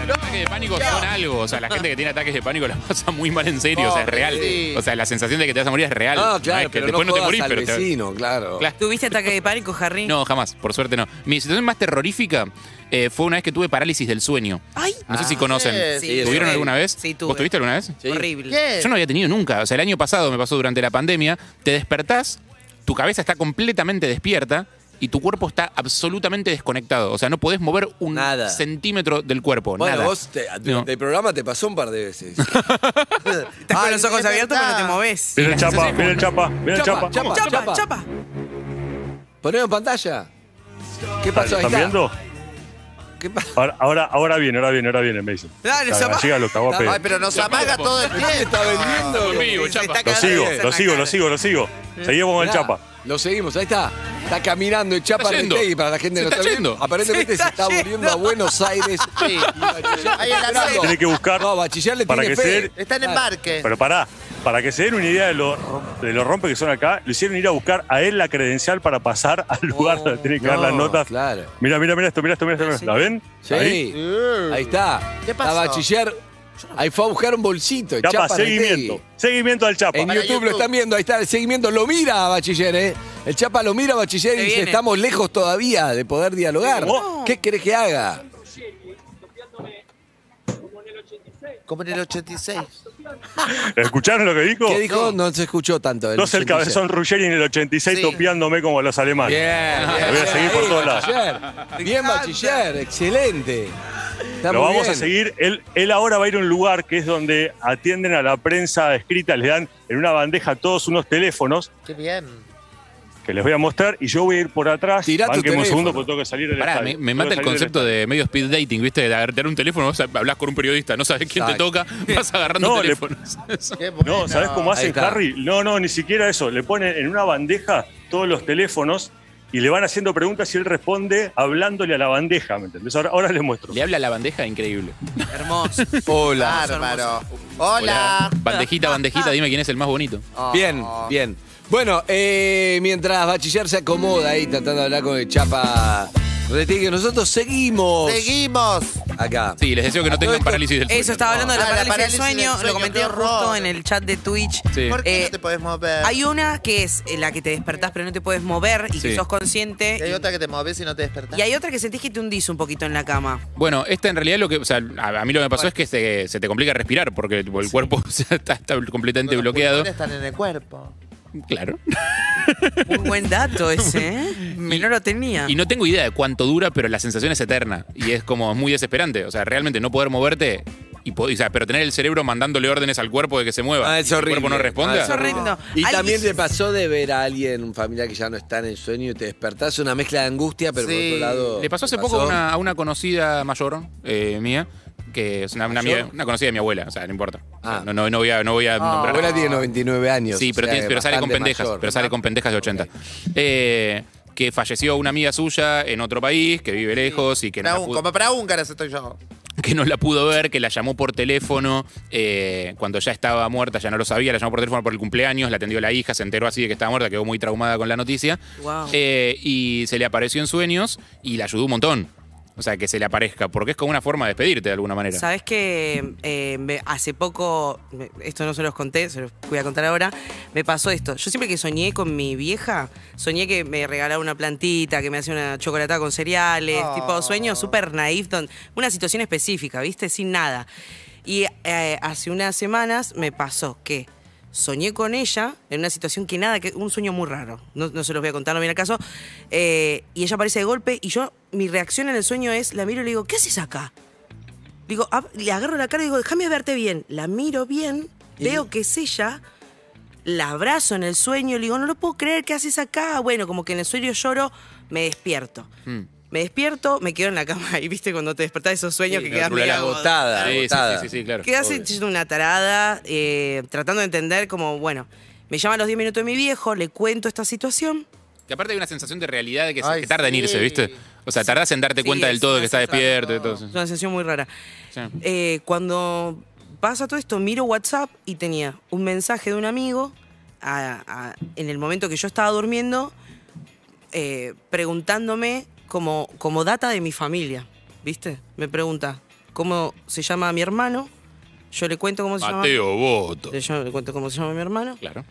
[SPEAKER 10] Los ataques de pánico son algo. O sea, la gente que tiene ataques de pánico la pasa muy mal en serio. O sea, es real.
[SPEAKER 11] Sí.
[SPEAKER 10] O sea, la sensación de que te vas a morir es real.
[SPEAKER 11] Ah,
[SPEAKER 10] No
[SPEAKER 11] claro,
[SPEAKER 10] es que
[SPEAKER 11] pero
[SPEAKER 10] después
[SPEAKER 11] no
[SPEAKER 10] no, te
[SPEAKER 11] jodas
[SPEAKER 10] morís,
[SPEAKER 11] al
[SPEAKER 10] pero te-
[SPEAKER 11] vecino, claro.
[SPEAKER 10] Claro.
[SPEAKER 13] ¿Tuviste ataque de pánico, Harry?
[SPEAKER 10] No, jamás, por suerte no. Mi situación más terrorífica eh, fue una vez que tuve parálisis del sueño. No sé si conocen.
[SPEAKER 13] Ah, Sí, sí,
[SPEAKER 10] ¿Tuvieron
[SPEAKER 13] sí.
[SPEAKER 10] alguna vez?
[SPEAKER 13] Sí, tuve.
[SPEAKER 10] ¿Vos tuviste alguna vez?
[SPEAKER 13] Horrible.
[SPEAKER 10] Yo no había tenido nunca. O sea, el año pasado me pasó durante la pandemia. Te despertás, tu cabeza está completamente despierta y tu cuerpo está absolutamente desconectado. O sea, no podés mover un
[SPEAKER 11] Nada.
[SPEAKER 10] centímetro del cuerpo.
[SPEAKER 11] Bueno,
[SPEAKER 10] nada.
[SPEAKER 11] vos te-
[SPEAKER 10] No.
[SPEAKER 11] del programa te pasó un par de veces.
[SPEAKER 13] Estás con los ojos abiertos, pero no te movés.
[SPEAKER 1] Mira el chapa, mira el chapa, mira el chapa.
[SPEAKER 11] chapa,
[SPEAKER 13] Chapa,
[SPEAKER 11] chapa.
[SPEAKER 13] chapa.
[SPEAKER 11] Ponelo en pantalla. ¿Qué pasó
[SPEAKER 1] Ah, ¿Lo
[SPEAKER 11] ahí?
[SPEAKER 1] están
[SPEAKER 11] está?
[SPEAKER 1] viendo? Ahora, ahora, ahora viene, ahora viene, ahora viene, me dicen.
[SPEAKER 13] Dale,
[SPEAKER 1] Está-
[SPEAKER 13] zapa-
[SPEAKER 1] Siga lo cagó a pedo.
[SPEAKER 12] Ay, pero nos amaga todo el tiempo.
[SPEAKER 11] Está vendiendo.
[SPEAKER 10] Conmigo,
[SPEAKER 11] Se está
[SPEAKER 1] Lo
[SPEAKER 11] cagando
[SPEAKER 1] sigo,
[SPEAKER 11] de risa.
[SPEAKER 1] lo sigo, lo sigo, lo sigo.
[SPEAKER 11] Mm.
[SPEAKER 1] Seguimos con el
[SPEAKER 11] Mirá,
[SPEAKER 1] chapa.
[SPEAKER 11] Lo seguimos, ahí está. Está caminando el Chapa
[SPEAKER 10] Está yendo.
[SPEAKER 11] Retegui para la gente
[SPEAKER 10] Se
[SPEAKER 11] que
[SPEAKER 10] está
[SPEAKER 11] no viendo.
[SPEAKER 10] yendo.
[SPEAKER 11] Aparentemente se
[SPEAKER 12] Se
[SPEAKER 11] está,
[SPEAKER 12] está yendo.
[SPEAKER 11] volviendo a Buenos
[SPEAKER 1] *laughs*
[SPEAKER 11] Aires.
[SPEAKER 12] Sí. Ahí en la
[SPEAKER 11] Esperando.
[SPEAKER 1] Tiene que buscar
[SPEAKER 11] No, Bachiller le
[SPEAKER 1] para
[SPEAKER 11] tiene
[SPEAKER 1] que
[SPEAKER 11] fe.
[SPEAKER 1] se- Ah,
[SPEAKER 12] Está en embarque.
[SPEAKER 1] Pero pará, para que se den una idea de lo, de lo rompe que son acá, lo hicieron ir a buscar a él la credencial para pasar al lugar donde tiene que dar las
[SPEAKER 11] Oh, No,
[SPEAKER 1] notas.
[SPEAKER 11] Claro.
[SPEAKER 1] Mira, mira, mira esto, mira esto, mira esto. mirá esto. ¿La ven?
[SPEAKER 11] Sí.
[SPEAKER 1] Ahí.
[SPEAKER 11] Ahí, está.
[SPEAKER 12] ¿Qué
[SPEAKER 11] Está
[SPEAKER 12] pasó?
[SPEAKER 11] Bachiller. Ahí fue a buscar un bolsito. el
[SPEAKER 1] Chapa,
[SPEAKER 11] Retegui.
[SPEAKER 1] seguimiento. Seguimiento al chapa.
[SPEAKER 11] En YouTube, lo están viendo, ahí está el seguimiento. Lo mira a Bachiller, ¿eh? El Chapa lo mira a Bachiller y
[SPEAKER 13] Se
[SPEAKER 11] dice:
[SPEAKER 13] viene.
[SPEAKER 11] Estamos lejos todavía de poder dialogar.
[SPEAKER 1] No.
[SPEAKER 11] ¿Qué querés que haga?
[SPEAKER 12] Como en el 86.
[SPEAKER 1] ¿Escucharon lo que dijo?
[SPEAKER 11] ¿Qué dijo? No, se escuchó tanto.
[SPEAKER 1] Dos el cabezón Ruggeri en el 86
[SPEAKER 12] Sí.
[SPEAKER 1] topiándome como los alemanes.
[SPEAKER 11] Bien,
[SPEAKER 1] Lo voy a seguir por todos lados.
[SPEAKER 11] Bachiller. Bien, Bachiller, excelente. Está
[SPEAKER 1] Lo
[SPEAKER 11] muy
[SPEAKER 1] vamos a
[SPEAKER 11] bien.
[SPEAKER 1] seguir. Él, él ahora va a ir a un lugar que es donde atienden a la prensa escrita, les dan en una bandeja todos unos teléfonos
[SPEAKER 12] Qué bien.
[SPEAKER 1] que les voy a mostrar y yo voy a ir por atrás.
[SPEAKER 11] Tirá tu
[SPEAKER 1] Banqueme un
[SPEAKER 11] teléfono.
[SPEAKER 1] segundo porque tengo que salir del
[SPEAKER 10] Pará, me,
[SPEAKER 1] estadio.
[SPEAKER 10] me
[SPEAKER 1] Tengo
[SPEAKER 10] mata
[SPEAKER 1] que
[SPEAKER 10] el
[SPEAKER 1] salir del
[SPEAKER 10] concepto de medio speed dating, ¿viste? De agarrar un teléfono, vos hablas con un periodista, no sabes quién te
[SPEAKER 11] Exacto.
[SPEAKER 10] toca, vas
[SPEAKER 1] *laughs*
[SPEAKER 10] agarrando
[SPEAKER 1] No, le-
[SPEAKER 13] *laughs*
[SPEAKER 10] teléfonos.
[SPEAKER 12] Qué
[SPEAKER 1] No, ¿sabes cómo
[SPEAKER 11] Ahí
[SPEAKER 1] hacen
[SPEAKER 11] está.
[SPEAKER 1] Harry? No, no, ni siquiera eso. Le ponen en una bandeja todos los teléfonos y le van haciendo preguntas y él responde hablándole a la bandeja, ¿me entendés? Ahora, ahora les muestro.
[SPEAKER 10] Le habla a la bandeja, increíble.
[SPEAKER 13] Hermoso.
[SPEAKER 11] Hola.
[SPEAKER 12] Bárbaro. Hola.
[SPEAKER 11] Ah,
[SPEAKER 10] Bandejita, bandejita, dime quién es el más bonito.
[SPEAKER 12] Oh.
[SPEAKER 11] Bien, bien. Bueno, eh, mientras Bachiller se acomoda ahí tratando de hablar con el Chapa Retegui, nosotros seguimos
[SPEAKER 12] Seguimos.
[SPEAKER 11] acá.
[SPEAKER 10] Sí, les deseo que no
[SPEAKER 11] Todo
[SPEAKER 10] tengan
[SPEAKER 11] esto-
[SPEAKER 10] parálisis del sueño.
[SPEAKER 13] Eso, estaba hablando de la
[SPEAKER 12] Ah, la
[SPEAKER 13] parálisis
[SPEAKER 12] parálisis
[SPEAKER 13] del
[SPEAKER 12] del
[SPEAKER 13] sueño,
[SPEAKER 12] sueño,
[SPEAKER 13] lo comenté
[SPEAKER 12] qué
[SPEAKER 13] justo
[SPEAKER 12] horror.
[SPEAKER 13] en el chat de Twitch.
[SPEAKER 10] Sí.
[SPEAKER 12] ¿Por qué
[SPEAKER 13] Eh,
[SPEAKER 12] no te podés mover?
[SPEAKER 13] Hay una que es eh, la que te despertás pero no te puedes mover
[SPEAKER 10] Sí.
[SPEAKER 13] y que sos
[SPEAKER 12] Y hay
[SPEAKER 13] consciente.
[SPEAKER 12] otra que te moves y no te despertás.
[SPEAKER 13] Y hay otra que sentís que te hundís un poquito en la cama.
[SPEAKER 10] Bueno, esta en realidad lo que, o sea, a, a mí lo que me pasó es que se, se te complica respirar porque tipo, el cuerpo *laughs* o sea, está, está completamente
[SPEAKER 12] Los
[SPEAKER 10] bloqueado.
[SPEAKER 12] pulmones están en el cuerpo.
[SPEAKER 10] Claro.
[SPEAKER 13] Muy buen dato
[SPEAKER 12] *laughs*
[SPEAKER 13] ese, ¿eh? Me- No lo
[SPEAKER 11] Ah.
[SPEAKER 13] tenía.
[SPEAKER 10] Y no tengo idea de cuánto dura, pero la sensación es eterna y es como muy desesperante. O sea, realmente no poder moverte y, po- y, o sea, pero tener el cerebro mandándole órdenes al cuerpo de que se mueva.
[SPEAKER 11] Ah,
[SPEAKER 10] Y
[SPEAKER 11] es
[SPEAKER 10] que
[SPEAKER 11] horrible.
[SPEAKER 10] El cuerpo no responda.
[SPEAKER 11] Ah, es horrible.
[SPEAKER 13] Correcto.
[SPEAKER 11] Y
[SPEAKER 13] Alguien-
[SPEAKER 11] también te pasó de ver a alguien, un familiar que ya no está en el sueño y te despertás, una mezcla de angustia, pero por
[SPEAKER 12] Sí.
[SPEAKER 11] otro lado.
[SPEAKER 10] Le pasó hace
[SPEAKER 11] te
[SPEAKER 10] poco a una, a una conocida mayor eh, mía, que es una, una
[SPEAKER 11] ¿Mayor?
[SPEAKER 10] amiga- una conocida de mi abuela, o sea, no importa. O sea,
[SPEAKER 11] Ah.
[SPEAKER 10] no, no, no voy a, no voy a
[SPEAKER 11] Mi
[SPEAKER 10] nombrar.
[SPEAKER 11] abuela tiene 99 años.
[SPEAKER 10] Sí,
[SPEAKER 11] o
[SPEAKER 10] pero,
[SPEAKER 11] sea,
[SPEAKER 10] tiene- pero sale con
[SPEAKER 11] bastante
[SPEAKER 10] pendejas.
[SPEAKER 11] mayor.
[SPEAKER 10] pero sale con pendejas de 80. Eh, que falleció una amiga suya en otro país, que vive lejos y que no,
[SPEAKER 12] Para
[SPEAKER 10] la
[SPEAKER 12] un-
[SPEAKER 10] pudo,
[SPEAKER 12] como para húngaras estoy yo.
[SPEAKER 10] que no la pudo ver, que la llamó por teléfono eh, cuando ya estaba muerta, ya no lo sabía, la llamó por teléfono por el cumpleaños, la atendió la hija, se enteró así de que estaba muerta, quedó muy traumada con la noticia.
[SPEAKER 13] Wow.
[SPEAKER 10] Eh, y se le apareció en sueños y la ayudó un montón. O sea, que se le aparezca, porque es como una forma de despedirte de alguna manera.
[SPEAKER 13] Sabes que eh, me- hace poco, me- esto no se los conté, se los voy a contar ahora, me pasó esto. Yo siempre que soñé con mi vieja, soñé que me regalaba una plantita, que me hacía una chocolatada con cereales,
[SPEAKER 12] Oh.
[SPEAKER 13] tipo sueño súper naif, don- una situación específica, ¿viste? Sin nada. Y eh, hace unas semanas me pasó que soñé con ella en una situación que nada, que un sueño muy raro. No, no se los voy a contar, no viene al caso. Eh, y ella aparece de golpe y yo, mi reacción en el sueño es, la miro y le digo, ¿qué haces acá? Digo, ah, le agarro la cara y digo, déjame verte bien. La miro bien, veo que es ella, la abrazo en el sueño, le digo, no lo puedo creer, ¿qué haces acá? Bueno, como que en el sueño lloro, me despierto. Me despierto, me quedo en la cama *laughs* y viste cuando te despertás de esos sueños que quedas medio
[SPEAKER 11] agotada,
[SPEAKER 10] Sí, sí,
[SPEAKER 11] agotada.
[SPEAKER 10] sí, sí, sí, claro.
[SPEAKER 13] Quedás hecha una tarada, eh, tratando de entender como, bueno, me llama a los 10 minutos de mi viejo, le cuento esta situación.
[SPEAKER 10] Que aparte hay una sensación de realidad que, se-
[SPEAKER 13] Ay,
[SPEAKER 10] que tarda en
[SPEAKER 13] sí.
[SPEAKER 10] irse, ¿viste? O sea, tardás en darte
[SPEAKER 13] Sí,
[SPEAKER 10] cuenta del
[SPEAKER 13] es
[SPEAKER 10] todo
[SPEAKER 13] una
[SPEAKER 10] que está
[SPEAKER 13] sensación-
[SPEAKER 10] despierto y todo eso.
[SPEAKER 13] Es una sensación muy rara.
[SPEAKER 10] Sí.
[SPEAKER 13] Eh, cuando pasa todo esto, miro WhatsApp y tenía un mensaje de un amigo a- a- en el momento que yo estaba durmiendo eh, preguntándome como, como data de mi familia, ¿viste? Me pregunta cómo se llama mi hermano, yo le cuento cómo se llama.
[SPEAKER 10] Mateo Boto.
[SPEAKER 13] Yo le cuento cómo se llama mi hermano.
[SPEAKER 10] Claro.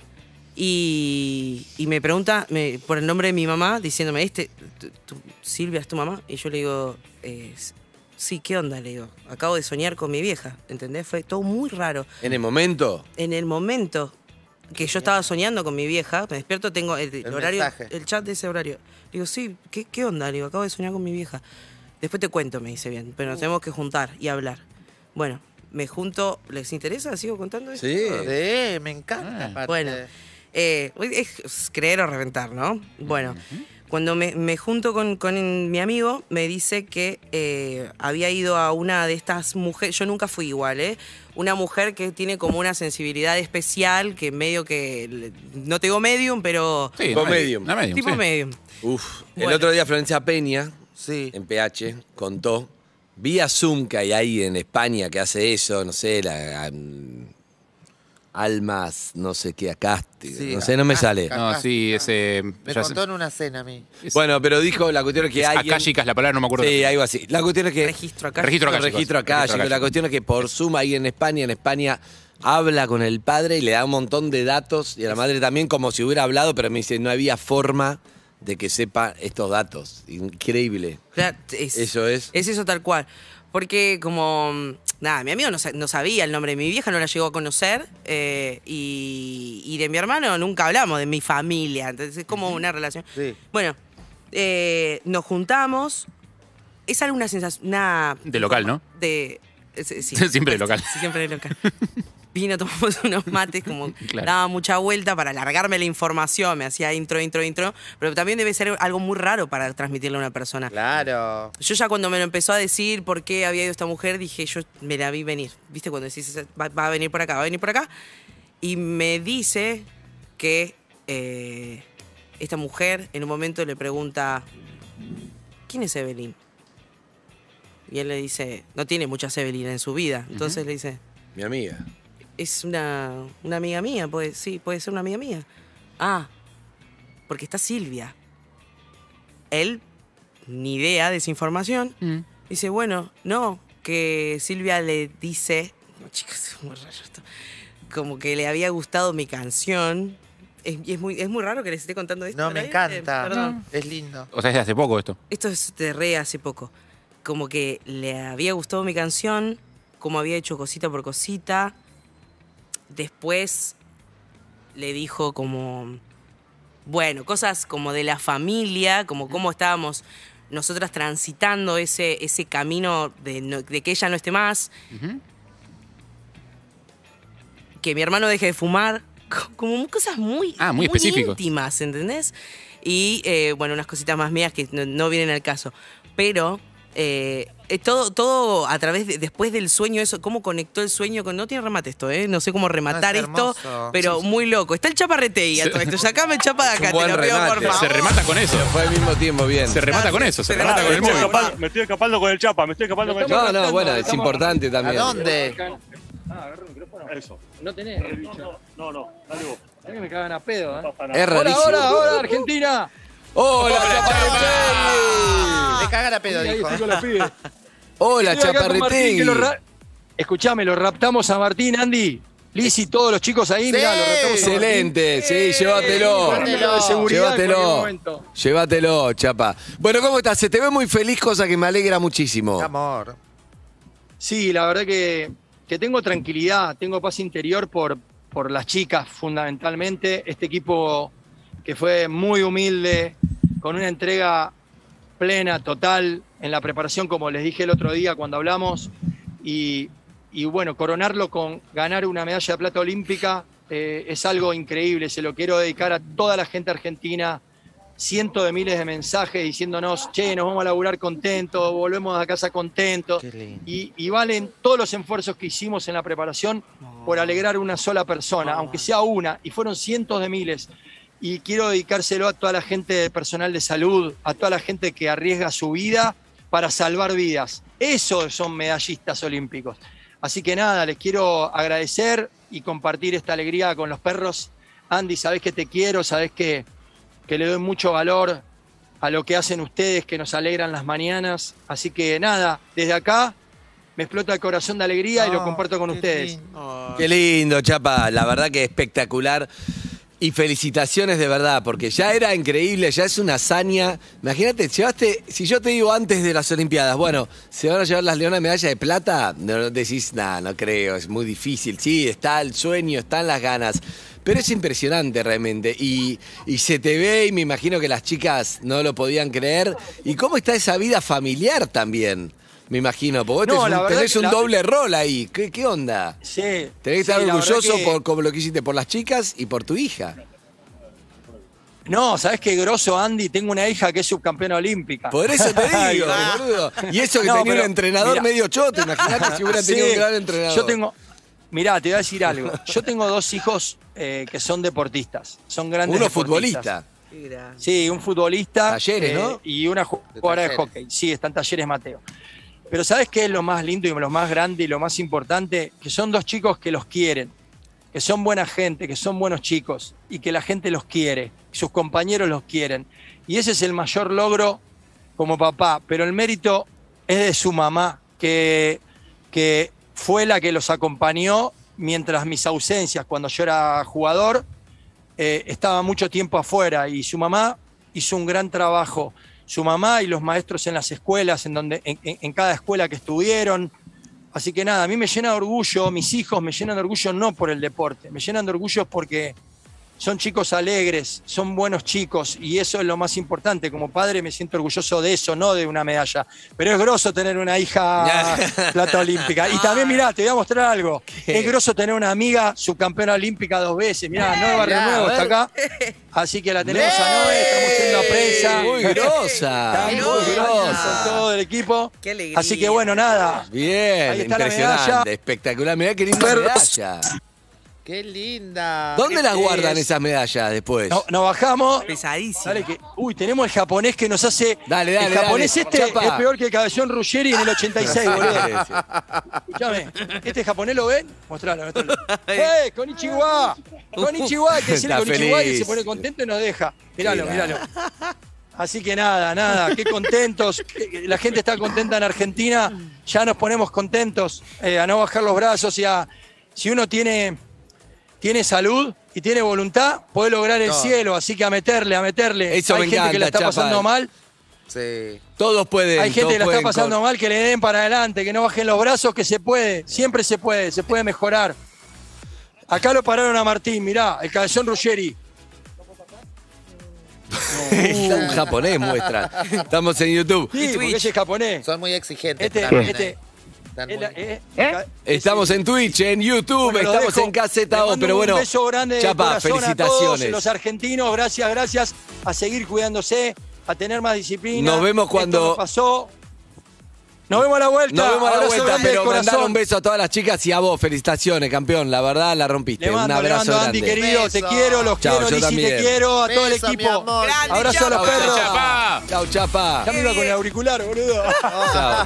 [SPEAKER 13] Y, y me pregunta me- por el nombre de mi mamá, diciéndome, este, tu- tu- Silvia es tu mamá. Y yo le digo, eh, sí, ¿qué onda? Le digo, acabo de soñar con mi vieja, ¿entendés? Fue todo muy raro.
[SPEAKER 11] En el momento.
[SPEAKER 13] En el momento que yo estaba soñando con mi vieja, me despierto, tengo el,
[SPEAKER 11] El
[SPEAKER 13] horario,
[SPEAKER 11] mensaje.
[SPEAKER 13] el chat de ese horario. Le digo, sí, ¿qué, ¿qué onda? Le digo, acabo de soñar con mi vieja. Después te cuento, me dice bien, pero nos tenemos que juntar y hablar. Bueno, me junto, ¿les interesa? ¿Sigo contando esto?
[SPEAKER 12] Sí. Sí, me encanta. aparte.
[SPEAKER 13] Bueno, eh, es creer o reventar, ¿no? Bueno, cuando me, me junto con, con mi amigo, me dice que eh, había ido a una de estas mujeres, yo nunca fui igual, ¿eh? Una mujer que tiene como una sensibilidad especial, que medio que, le- no te digo medium, pero...
[SPEAKER 11] Sí, Tipo no, medium. no, medium,
[SPEAKER 13] Tipo
[SPEAKER 11] sí.
[SPEAKER 13] medium.
[SPEAKER 11] Uf, el
[SPEAKER 13] Bueno.
[SPEAKER 11] otro día Florencia Peña, en PH, contó, vía Zoom que hay ahí en España que hace eso, no sé, la... um, Almas, no sé qué, acaste,
[SPEAKER 12] Sí,
[SPEAKER 11] no sé, no me
[SPEAKER 12] Acá-
[SPEAKER 11] sale.
[SPEAKER 12] No, Acá-
[SPEAKER 10] sí, ese...
[SPEAKER 12] Me contó en una cena a mí.
[SPEAKER 11] Bueno, pero dijo la cuestión es que
[SPEAKER 10] Es
[SPEAKER 11] hay.
[SPEAKER 10] akáshica es la palabra, no me acuerdo.
[SPEAKER 11] Sí, algo así. La cuestión es que.
[SPEAKER 13] Registro
[SPEAKER 10] akáshico. Registro akáshico.
[SPEAKER 11] Registro akáshico.
[SPEAKER 10] Registro akáshico.
[SPEAKER 11] La cuestión es que por Zoom ahí en España, en España habla con el padre y le da un montón de datos y a la madre también como si hubiera hablado, pero me dice, no había forma de que sepa estos datos. Increíble.
[SPEAKER 13] Claro, es-
[SPEAKER 11] Eso es.
[SPEAKER 13] Es eso tal cual. Porque como, mm, nada, mi amigo no, sa- no sabía el nombre de mi vieja, no la llegó a conocer. eh, y, y de mi hermano nunca hablamos, de mi familia. Entonces es como una relación. Bueno, eh, nos juntamos. Es algo una sensación, una...
[SPEAKER 10] De local, ¿no?
[SPEAKER 13] De, es- es- sí.
[SPEAKER 10] *laughs* Siempre de local.
[SPEAKER 13] Sí, siempre de local. Vino, tomamos unos mates, como
[SPEAKER 10] *laughs* Claro.
[SPEAKER 13] daba mucha vuelta para alargarme la información, me hacía intro, intro, intro, pero también debe ser algo muy raro para transmitirle a una persona.
[SPEAKER 12] Claro.
[SPEAKER 13] Yo ya cuando me lo empezó a decir por qué había ido esta mujer, dije, yo me la vi venir. ¿Viste? Cuando decís, "Esa- va, va a venir por acá, va a venir por acá. Y me dice que eh, esta mujer en un momento le pregunta, ¿quién es Evelyn? Y él le dice, no tiene muchas Evelyn en su vida. Entonces le dice,
[SPEAKER 11] Mi amiga.
[SPEAKER 13] es una, una amiga mía, puede, sí, puede ser una amiga mía. Ah, porque está Silvia. Él, ni idea de esa información, dice, bueno, no, que Silvia le dice, no, chicas, es muy raro esto, como que le había gustado mi canción. Es, y es muy, es muy raro que les esté contando esto.
[SPEAKER 12] No,
[SPEAKER 13] al
[SPEAKER 12] me
[SPEAKER 13] aire,
[SPEAKER 12] encanta.
[SPEAKER 13] perdón.
[SPEAKER 12] Es lindo.
[SPEAKER 10] O sea, es de hace poco esto.
[SPEAKER 13] Esto es de re hace poco. Como que le había gustado mi canción, como había hecho cosita por cosita. Después le dijo como, bueno, cosas como de la familia, como cómo estábamos nosotras transitando ese, ese camino de, no- de que ella no esté más, que mi hermano deje de fumar, co- como cosas muy,
[SPEAKER 10] Ah, muy específico.
[SPEAKER 13] íntimas, ¿entendés? Y eh, bueno, unas cositas más mías que no, no vienen al caso. Pero eh, eh, todo, todo a través de- después del sueño, eso, cómo conectó el sueño con. No tiene remate esto, ¿eh? No sé cómo rematar esto,
[SPEAKER 11] hermoso.
[SPEAKER 13] pero muy loco. Está el chaparretei a todo esto. Sacame el chapa de acá, te lo pido, por favor.
[SPEAKER 11] Se remata
[SPEAKER 10] con eso.
[SPEAKER 11] Fue al mismo tiempo, bien.
[SPEAKER 10] Se remata con eso, se
[SPEAKER 1] Pará,
[SPEAKER 10] remata con
[SPEAKER 1] Ah, me,
[SPEAKER 10] el
[SPEAKER 1] estoy
[SPEAKER 10] *laughs* móvil.
[SPEAKER 1] escapando- me estoy escapando con el chapa, me estoy escapando con el
[SPEAKER 11] No,
[SPEAKER 1] chapa.
[SPEAKER 11] no, bueno, es importante también.
[SPEAKER 1] Eso.
[SPEAKER 15] No tenés el bicho.
[SPEAKER 1] No, no, dale vos.
[SPEAKER 15] A mí me cagan a pedo, ¿eh?
[SPEAKER 11] Es rarísimo.
[SPEAKER 15] Hola, hola, hola, Argentina.
[SPEAKER 11] ¡Hola,
[SPEAKER 12] Me caga la pedo,
[SPEAKER 15] Ahí
[SPEAKER 12] dijo.
[SPEAKER 15] estoy con los pibes.
[SPEAKER 11] Hola,
[SPEAKER 15] Estoy acá con Martín,
[SPEAKER 11] Chaparretegui.
[SPEAKER 15] que lo ra- Escuchame, lo raptamos a Martín, Andy. Liz y todos los chicos ahí, mirá, lo raptamos a Martín.
[SPEAKER 11] Excelente, sí, llévatelo.
[SPEAKER 15] Llévatelo de seguridad en cualquier
[SPEAKER 11] Llévatelo.
[SPEAKER 15] momento.
[SPEAKER 11] Llévatelo, chapa. Bueno, ¿cómo estás? Se te ve muy feliz, cosa que me alegra muchísimo.
[SPEAKER 12] Amor.
[SPEAKER 15] Sí, la verdad que, que tengo tranquilidad, tengo paz interior por,
[SPEAKER 13] por las chicas fundamentalmente. Este equipo que fue muy humilde, con una entrega plena, total, en la preparación, como les dije el otro día cuando hablamos, y, y bueno, coronarlo con ganar una medalla de plata olímpica eh, es algo increíble, se lo quiero dedicar a toda la gente argentina, cientos de miles de mensajes diciéndonos, che, nos vamos a laburar contentos, volvemos a casa contentos, y, y valen todos los esfuerzos que hicimos en la preparación por alegrar una sola persona, aunque sea una, y fueron cientos de miles y quiero dedicárselo a toda la gente de personal de salud, a toda la gente que arriesga su vida para salvar vidas. Esos son medallistas olímpicos. Así que nada, les quiero agradecer y compartir esta alegría con los perros. Andy, sabés que te quiero, sabés que, que le doy mucho valor a lo que hacen ustedes, que nos alegran las mañanas. Así que nada, desde acá me explota el corazón de alegría y lo comparto con ustedes.
[SPEAKER 11] Qué lindo, Chapa. La verdad que espectacular. Y felicitaciones de verdad, porque ya era increíble, ya es una hazaña. Imagínate, llevaste, si yo te digo antes de las Olimpiadas, bueno, se van a llevar las Leonas medalla de plata, no, no decís, nada, no creo, es muy difícil. Sí, está el sueño, están las ganas. Pero es impresionante realmente. Y, y se te ve y me imagino que las chicas no lo podían creer. ¿Y cómo está esa vida familiar también? Me imagino, porque
[SPEAKER 13] No,
[SPEAKER 11] vos tenés
[SPEAKER 13] la
[SPEAKER 11] un,
[SPEAKER 13] verdad
[SPEAKER 11] tenés
[SPEAKER 13] que
[SPEAKER 11] un
[SPEAKER 13] la-
[SPEAKER 11] doble rol ahí. ¿Qué, qué onda?
[SPEAKER 13] Sí. Tenés
[SPEAKER 11] que estar
[SPEAKER 13] sí, la verdad
[SPEAKER 11] orgulloso
[SPEAKER 13] que-
[SPEAKER 11] por como lo que hiciste por las chicas y por tu hija.
[SPEAKER 13] No, ¿sabés qué grosso, Andy? Tengo una hija que es subcampeona olímpica.
[SPEAKER 11] Por eso
[SPEAKER 13] *laughs*
[SPEAKER 11] te
[SPEAKER 13] Ay,
[SPEAKER 11] digo,
[SPEAKER 13] va.
[SPEAKER 11] boludo. Y eso que
[SPEAKER 13] No,
[SPEAKER 11] tenía
[SPEAKER 13] pero,
[SPEAKER 11] un entrenador
[SPEAKER 13] mirá.
[SPEAKER 11] medio choto, imagínate si hubiera tenido
[SPEAKER 13] Sí.
[SPEAKER 11] un gran entrenador.
[SPEAKER 13] Yo tengo, mirá, te voy a decir algo. Yo tengo dos hijos eh, que son deportistas, son grandes
[SPEAKER 11] Uno
[SPEAKER 13] deportistas.
[SPEAKER 11] futbolista.
[SPEAKER 13] Sí, un futbolista. eh,
[SPEAKER 11] Talleres, ¿no?
[SPEAKER 13] Y una ju- jugadora de
[SPEAKER 11] Talleres.
[SPEAKER 13] hockey. Sí, están Talleres Mateo. Pero ¿sabes qué es lo más lindo y lo más grande y lo más importante? Que son dos chicos que los quieren, que son buena gente, que son buenos chicos y que la gente los quiere, sus compañeros los quieren. Y ese es el mayor logro como papá, pero el mérito es de su mamá, que, que fue la que los acompañó mientras mis ausencias, cuando yo era jugador, eh, estaba mucho tiempo afuera y su mamá hizo un gran trabajo. Su mamá y los maestros en las escuelas, en, donde, en, en- en cada escuela que estuvieron. Así que nada, a mí me llena de orgullo, mis hijos me llenan de orgullo no por el deporte, me llenan de orgullo porque son chicos alegres, son buenos chicos y eso es lo más importante. Como padre me siento orgulloso de eso, no de una medalla. Pero es grosso tener una hija
[SPEAKER 11] *laughs*
[SPEAKER 13] plata olímpica. Y también, mirá, te voy a mostrar algo. Es grosso tener una amiga subcampeona olímpica dos veces. Mirá, Noé Barrio
[SPEAKER 11] Mirá, eh.
[SPEAKER 13] Nuevo
[SPEAKER 11] a
[SPEAKER 13] está
[SPEAKER 11] ver.
[SPEAKER 13] acá. Así que la tenemos a Noé, estamos yendo a prensa.
[SPEAKER 11] Muy grosa,
[SPEAKER 13] Está
[SPEAKER 11] muy
[SPEAKER 13] muy
[SPEAKER 11] grosa.
[SPEAKER 13] grosa. Todo el equipo.
[SPEAKER 16] Qué alegría.
[SPEAKER 13] Así que bueno, nada.
[SPEAKER 11] Bien,
[SPEAKER 13] Ahí está la
[SPEAKER 11] impresionante,
[SPEAKER 13] medalla.
[SPEAKER 11] espectacular. Mirá qué linda medalla.
[SPEAKER 12] ¡Qué linda!
[SPEAKER 11] ¿Dónde las
[SPEAKER 12] Sí,
[SPEAKER 11] guardan
[SPEAKER 12] es-
[SPEAKER 11] esas medallas después?
[SPEAKER 13] Este, No- Nos bajamos.
[SPEAKER 16] Pesadísimo.
[SPEAKER 13] Dale que, uy, tenemos el japonés que nos hace.
[SPEAKER 11] Dale, dale,
[SPEAKER 13] El japonés
[SPEAKER 11] dale.
[SPEAKER 13] este
[SPEAKER 11] Chapa.
[SPEAKER 13] es peor que el cabellón Ruggeri en el 86, boludo. Escuchame, este japonés lo ven,
[SPEAKER 11] *laughs*
[SPEAKER 13] mostralo, mostralo. ¡Eh, con Ichiwa! Con Ichiwa, que decirle
[SPEAKER 11] Está
[SPEAKER 13] con Ichiwa y
[SPEAKER 11] feliz.
[SPEAKER 13] se pone contento y nos deja. Miralo,
[SPEAKER 11] Mirá.
[SPEAKER 13] miralo. *laughs* Así que nada, nada, qué contentos. Eh, La gente está contenta en Argentina, ya nos ponemos contentos eh, a no bajar los brazos y a. Si uno tiene, tiene salud y tiene voluntad, puede lograr el
[SPEAKER 11] No.
[SPEAKER 13] cielo. Así que a meterle, a meterle.
[SPEAKER 11] Eso
[SPEAKER 13] Hay
[SPEAKER 11] me
[SPEAKER 13] gente que
[SPEAKER 11] encanta,
[SPEAKER 13] la está
[SPEAKER 11] Chapa.
[SPEAKER 13] pasando mal,
[SPEAKER 12] Sí.
[SPEAKER 11] Todos pueden.
[SPEAKER 13] hay gente
[SPEAKER 11] todos
[SPEAKER 13] que la está
[SPEAKER 11] pueden
[SPEAKER 13] pasando mal, que le den para adelante, que no bajen los brazos, que se puede, siempre se puede, se puede mejorar. Acá lo pararon a Martín, mirá, el cabezón Ruggeri.
[SPEAKER 11] *laughs* Un japonés muestra.
[SPEAKER 13] *laughs*
[SPEAKER 11] Estamos en YouTube.
[SPEAKER 13] Sí, porque ese es japonés.
[SPEAKER 12] Son muy exigentes.
[SPEAKER 13] Este,
[SPEAKER 11] también,
[SPEAKER 13] este.
[SPEAKER 12] Están
[SPEAKER 13] es la- eh, ca-
[SPEAKER 11] Estamos en Twitch, en YouTube,
[SPEAKER 13] Bueno, los
[SPEAKER 11] estamos
[SPEAKER 13] dejo.
[SPEAKER 11] en KZO,
[SPEAKER 13] Les mando
[SPEAKER 11] pero bueno,
[SPEAKER 13] Un beso grande de
[SPEAKER 11] Chapa,
[SPEAKER 13] corazón
[SPEAKER 11] felicitaciones.
[SPEAKER 13] A todos los argentinos, gracias, gracias. A seguir cuidándose, a tener más disciplina.
[SPEAKER 11] Nos vemos
[SPEAKER 13] Esto
[SPEAKER 11] cuando-
[SPEAKER 13] nos pasó. Nos vemos a la vuelta.
[SPEAKER 11] Nos vemos a la
[SPEAKER 13] Abrazo
[SPEAKER 11] vuelta,
[SPEAKER 13] grande de
[SPEAKER 11] pero mandar
[SPEAKER 13] corazón.
[SPEAKER 11] un beso a todas las chicas y a vos. Felicitaciones, campeón. La verdad, la rompiste.
[SPEAKER 13] Le mando,
[SPEAKER 11] un
[SPEAKER 13] le
[SPEAKER 11] abrazo
[SPEAKER 13] mando,
[SPEAKER 11] grande.
[SPEAKER 13] Andy, querido. Te quiero, los
[SPEAKER 11] Chao,
[SPEAKER 13] quiero,
[SPEAKER 11] yo
[SPEAKER 13] Lizzy, te
[SPEAKER 11] también.
[SPEAKER 13] quiero. A todo el
[SPEAKER 12] Beso, mi
[SPEAKER 13] equipo.
[SPEAKER 12] amor. Grande,
[SPEAKER 13] Abrazo a los
[SPEAKER 11] Chapa.
[SPEAKER 13] perros.
[SPEAKER 11] Chao, Chapa. Chao, Chapa.
[SPEAKER 13] Ya me iba con el auricular, boludo.
[SPEAKER 11] Chao.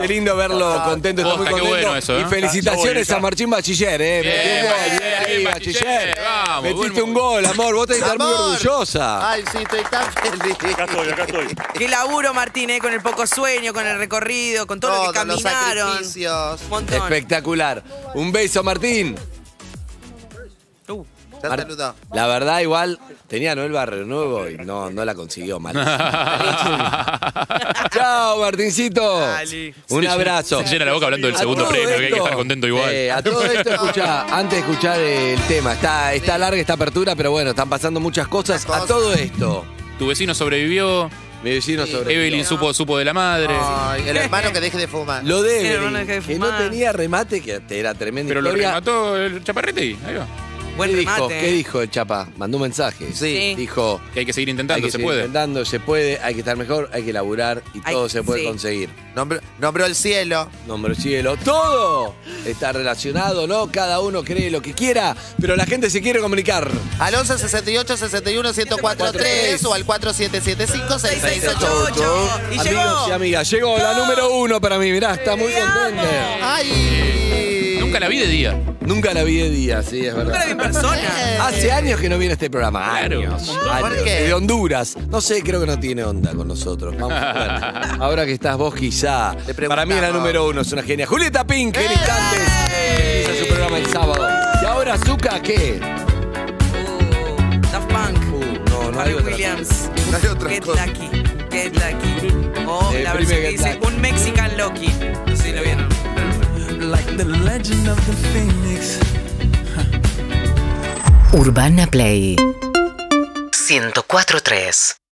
[SPEAKER 11] Qué lindo verlo contento, está
[SPEAKER 10] Posta,
[SPEAKER 11] muy
[SPEAKER 10] qué
[SPEAKER 11] contento.
[SPEAKER 10] bueno eso, ¿eh?
[SPEAKER 11] Y felicitaciones
[SPEAKER 10] Está bueno,
[SPEAKER 11] a Marchín Bachiller, eh. Metió un gol, bien ahí, Bachiller.
[SPEAKER 10] Vamos,
[SPEAKER 11] Metiste un gol, amor. Vos tenés que estar muy
[SPEAKER 12] Amor.
[SPEAKER 11] orgullosa.
[SPEAKER 12] Ay, sí, estoy tan *laughs* feliz. Acá
[SPEAKER 1] estoy, acá estoy.
[SPEAKER 16] Qué laburo, Martín, eh, con el poco sueño, con el recorrido, con todo, lo que
[SPEAKER 12] Todos los
[SPEAKER 16] caminaron.
[SPEAKER 12] sacrificios.
[SPEAKER 16] Un montón.
[SPEAKER 11] Espectacular. Un beso, Martín.
[SPEAKER 12] Ya
[SPEAKER 11] Mar-
[SPEAKER 12] saludó.
[SPEAKER 11] La verdad, igual, tenía a Noel Barrio Nuevo y no, no la consiguió mal.
[SPEAKER 10] *laughs*
[SPEAKER 11] Chao, Martincito. Un
[SPEAKER 10] Se-
[SPEAKER 11] abrazo.
[SPEAKER 10] se llena la boca hablando del segundo
[SPEAKER 11] todo
[SPEAKER 10] premio, que hay que
[SPEAKER 11] esto,
[SPEAKER 10] estar contento igual.
[SPEAKER 11] eh, a todo esto, escuchá, antes de escuchar el tema, está, está larga esta apertura, pero bueno, están pasando muchas cosas. A todo esto.
[SPEAKER 10] Tu vecino sobrevivió.
[SPEAKER 11] Mi vecino sobrevivió. Ah,
[SPEAKER 10] Evelyn supo, supo de la madre.
[SPEAKER 12] Ay, el hermano que deje de fumar.
[SPEAKER 11] Lo de
[SPEAKER 12] El
[SPEAKER 11] Evelyn,
[SPEAKER 12] hermano que deje de
[SPEAKER 11] que no
[SPEAKER 12] fumar.
[SPEAKER 11] tenía remate, que era tremenda
[SPEAKER 10] Pero lo
[SPEAKER 11] historia.
[SPEAKER 10] remató el chaparrete ahí va.
[SPEAKER 11] ¿Qué dijo?
[SPEAKER 10] remate,
[SPEAKER 11] ¿Qué
[SPEAKER 10] eh.
[SPEAKER 11] dijo el chapa? Mandó un mensaje.
[SPEAKER 10] Sí.
[SPEAKER 11] Dijo.
[SPEAKER 10] Que hay que seguir intentando,
[SPEAKER 11] Hay que
[SPEAKER 10] se
[SPEAKER 11] seguir
[SPEAKER 10] puede.
[SPEAKER 11] intentando, se puede, hay que estar mejor, hay que laburar y
[SPEAKER 12] Hay-
[SPEAKER 11] todo se puede
[SPEAKER 12] sí.
[SPEAKER 11] conseguir.
[SPEAKER 12] Nombró, nombró el cielo.
[SPEAKER 11] Nombre cielo, todo está relacionado, ¿no? Cada uno cree lo que quiera, pero la gente se quiere comunicar.
[SPEAKER 12] Al 11 68 61 1043 o al 4775 6688.
[SPEAKER 11] Amigos y amigas, llegó la número uno para mí, mirá, está muy contenta.
[SPEAKER 12] Ay.
[SPEAKER 10] Nunca la vi de día.
[SPEAKER 11] Nunca la vi de día, sí, es verdad.
[SPEAKER 13] persona.
[SPEAKER 11] Hace años que no viene este programa. Años. años.
[SPEAKER 12] qué?
[SPEAKER 11] De Honduras. No sé, creo que no tiene onda con nosotros. *laughs* Vamos a ver. Ahora que estás vos, quizá. Para mí es la número uno, es una genia. Julieta Pink, en instantes. Empieza su programa el sábado. Y ahora, Zuka, ¿qué?
[SPEAKER 13] Daft Punk.
[SPEAKER 11] Uh, no, no hay
[SPEAKER 13] Pharrell
[SPEAKER 11] otra.
[SPEAKER 13] Williams. Get Lucky. Get Lucky. O
[SPEAKER 11] Eh, prime
[SPEAKER 13] la versión
[SPEAKER 11] Get
[SPEAKER 13] que dice un Mexican Lucky. No sé si lo vieron.
[SPEAKER 17] Like the legend of the phoenix.
[SPEAKER 18] Urbana Play 104.3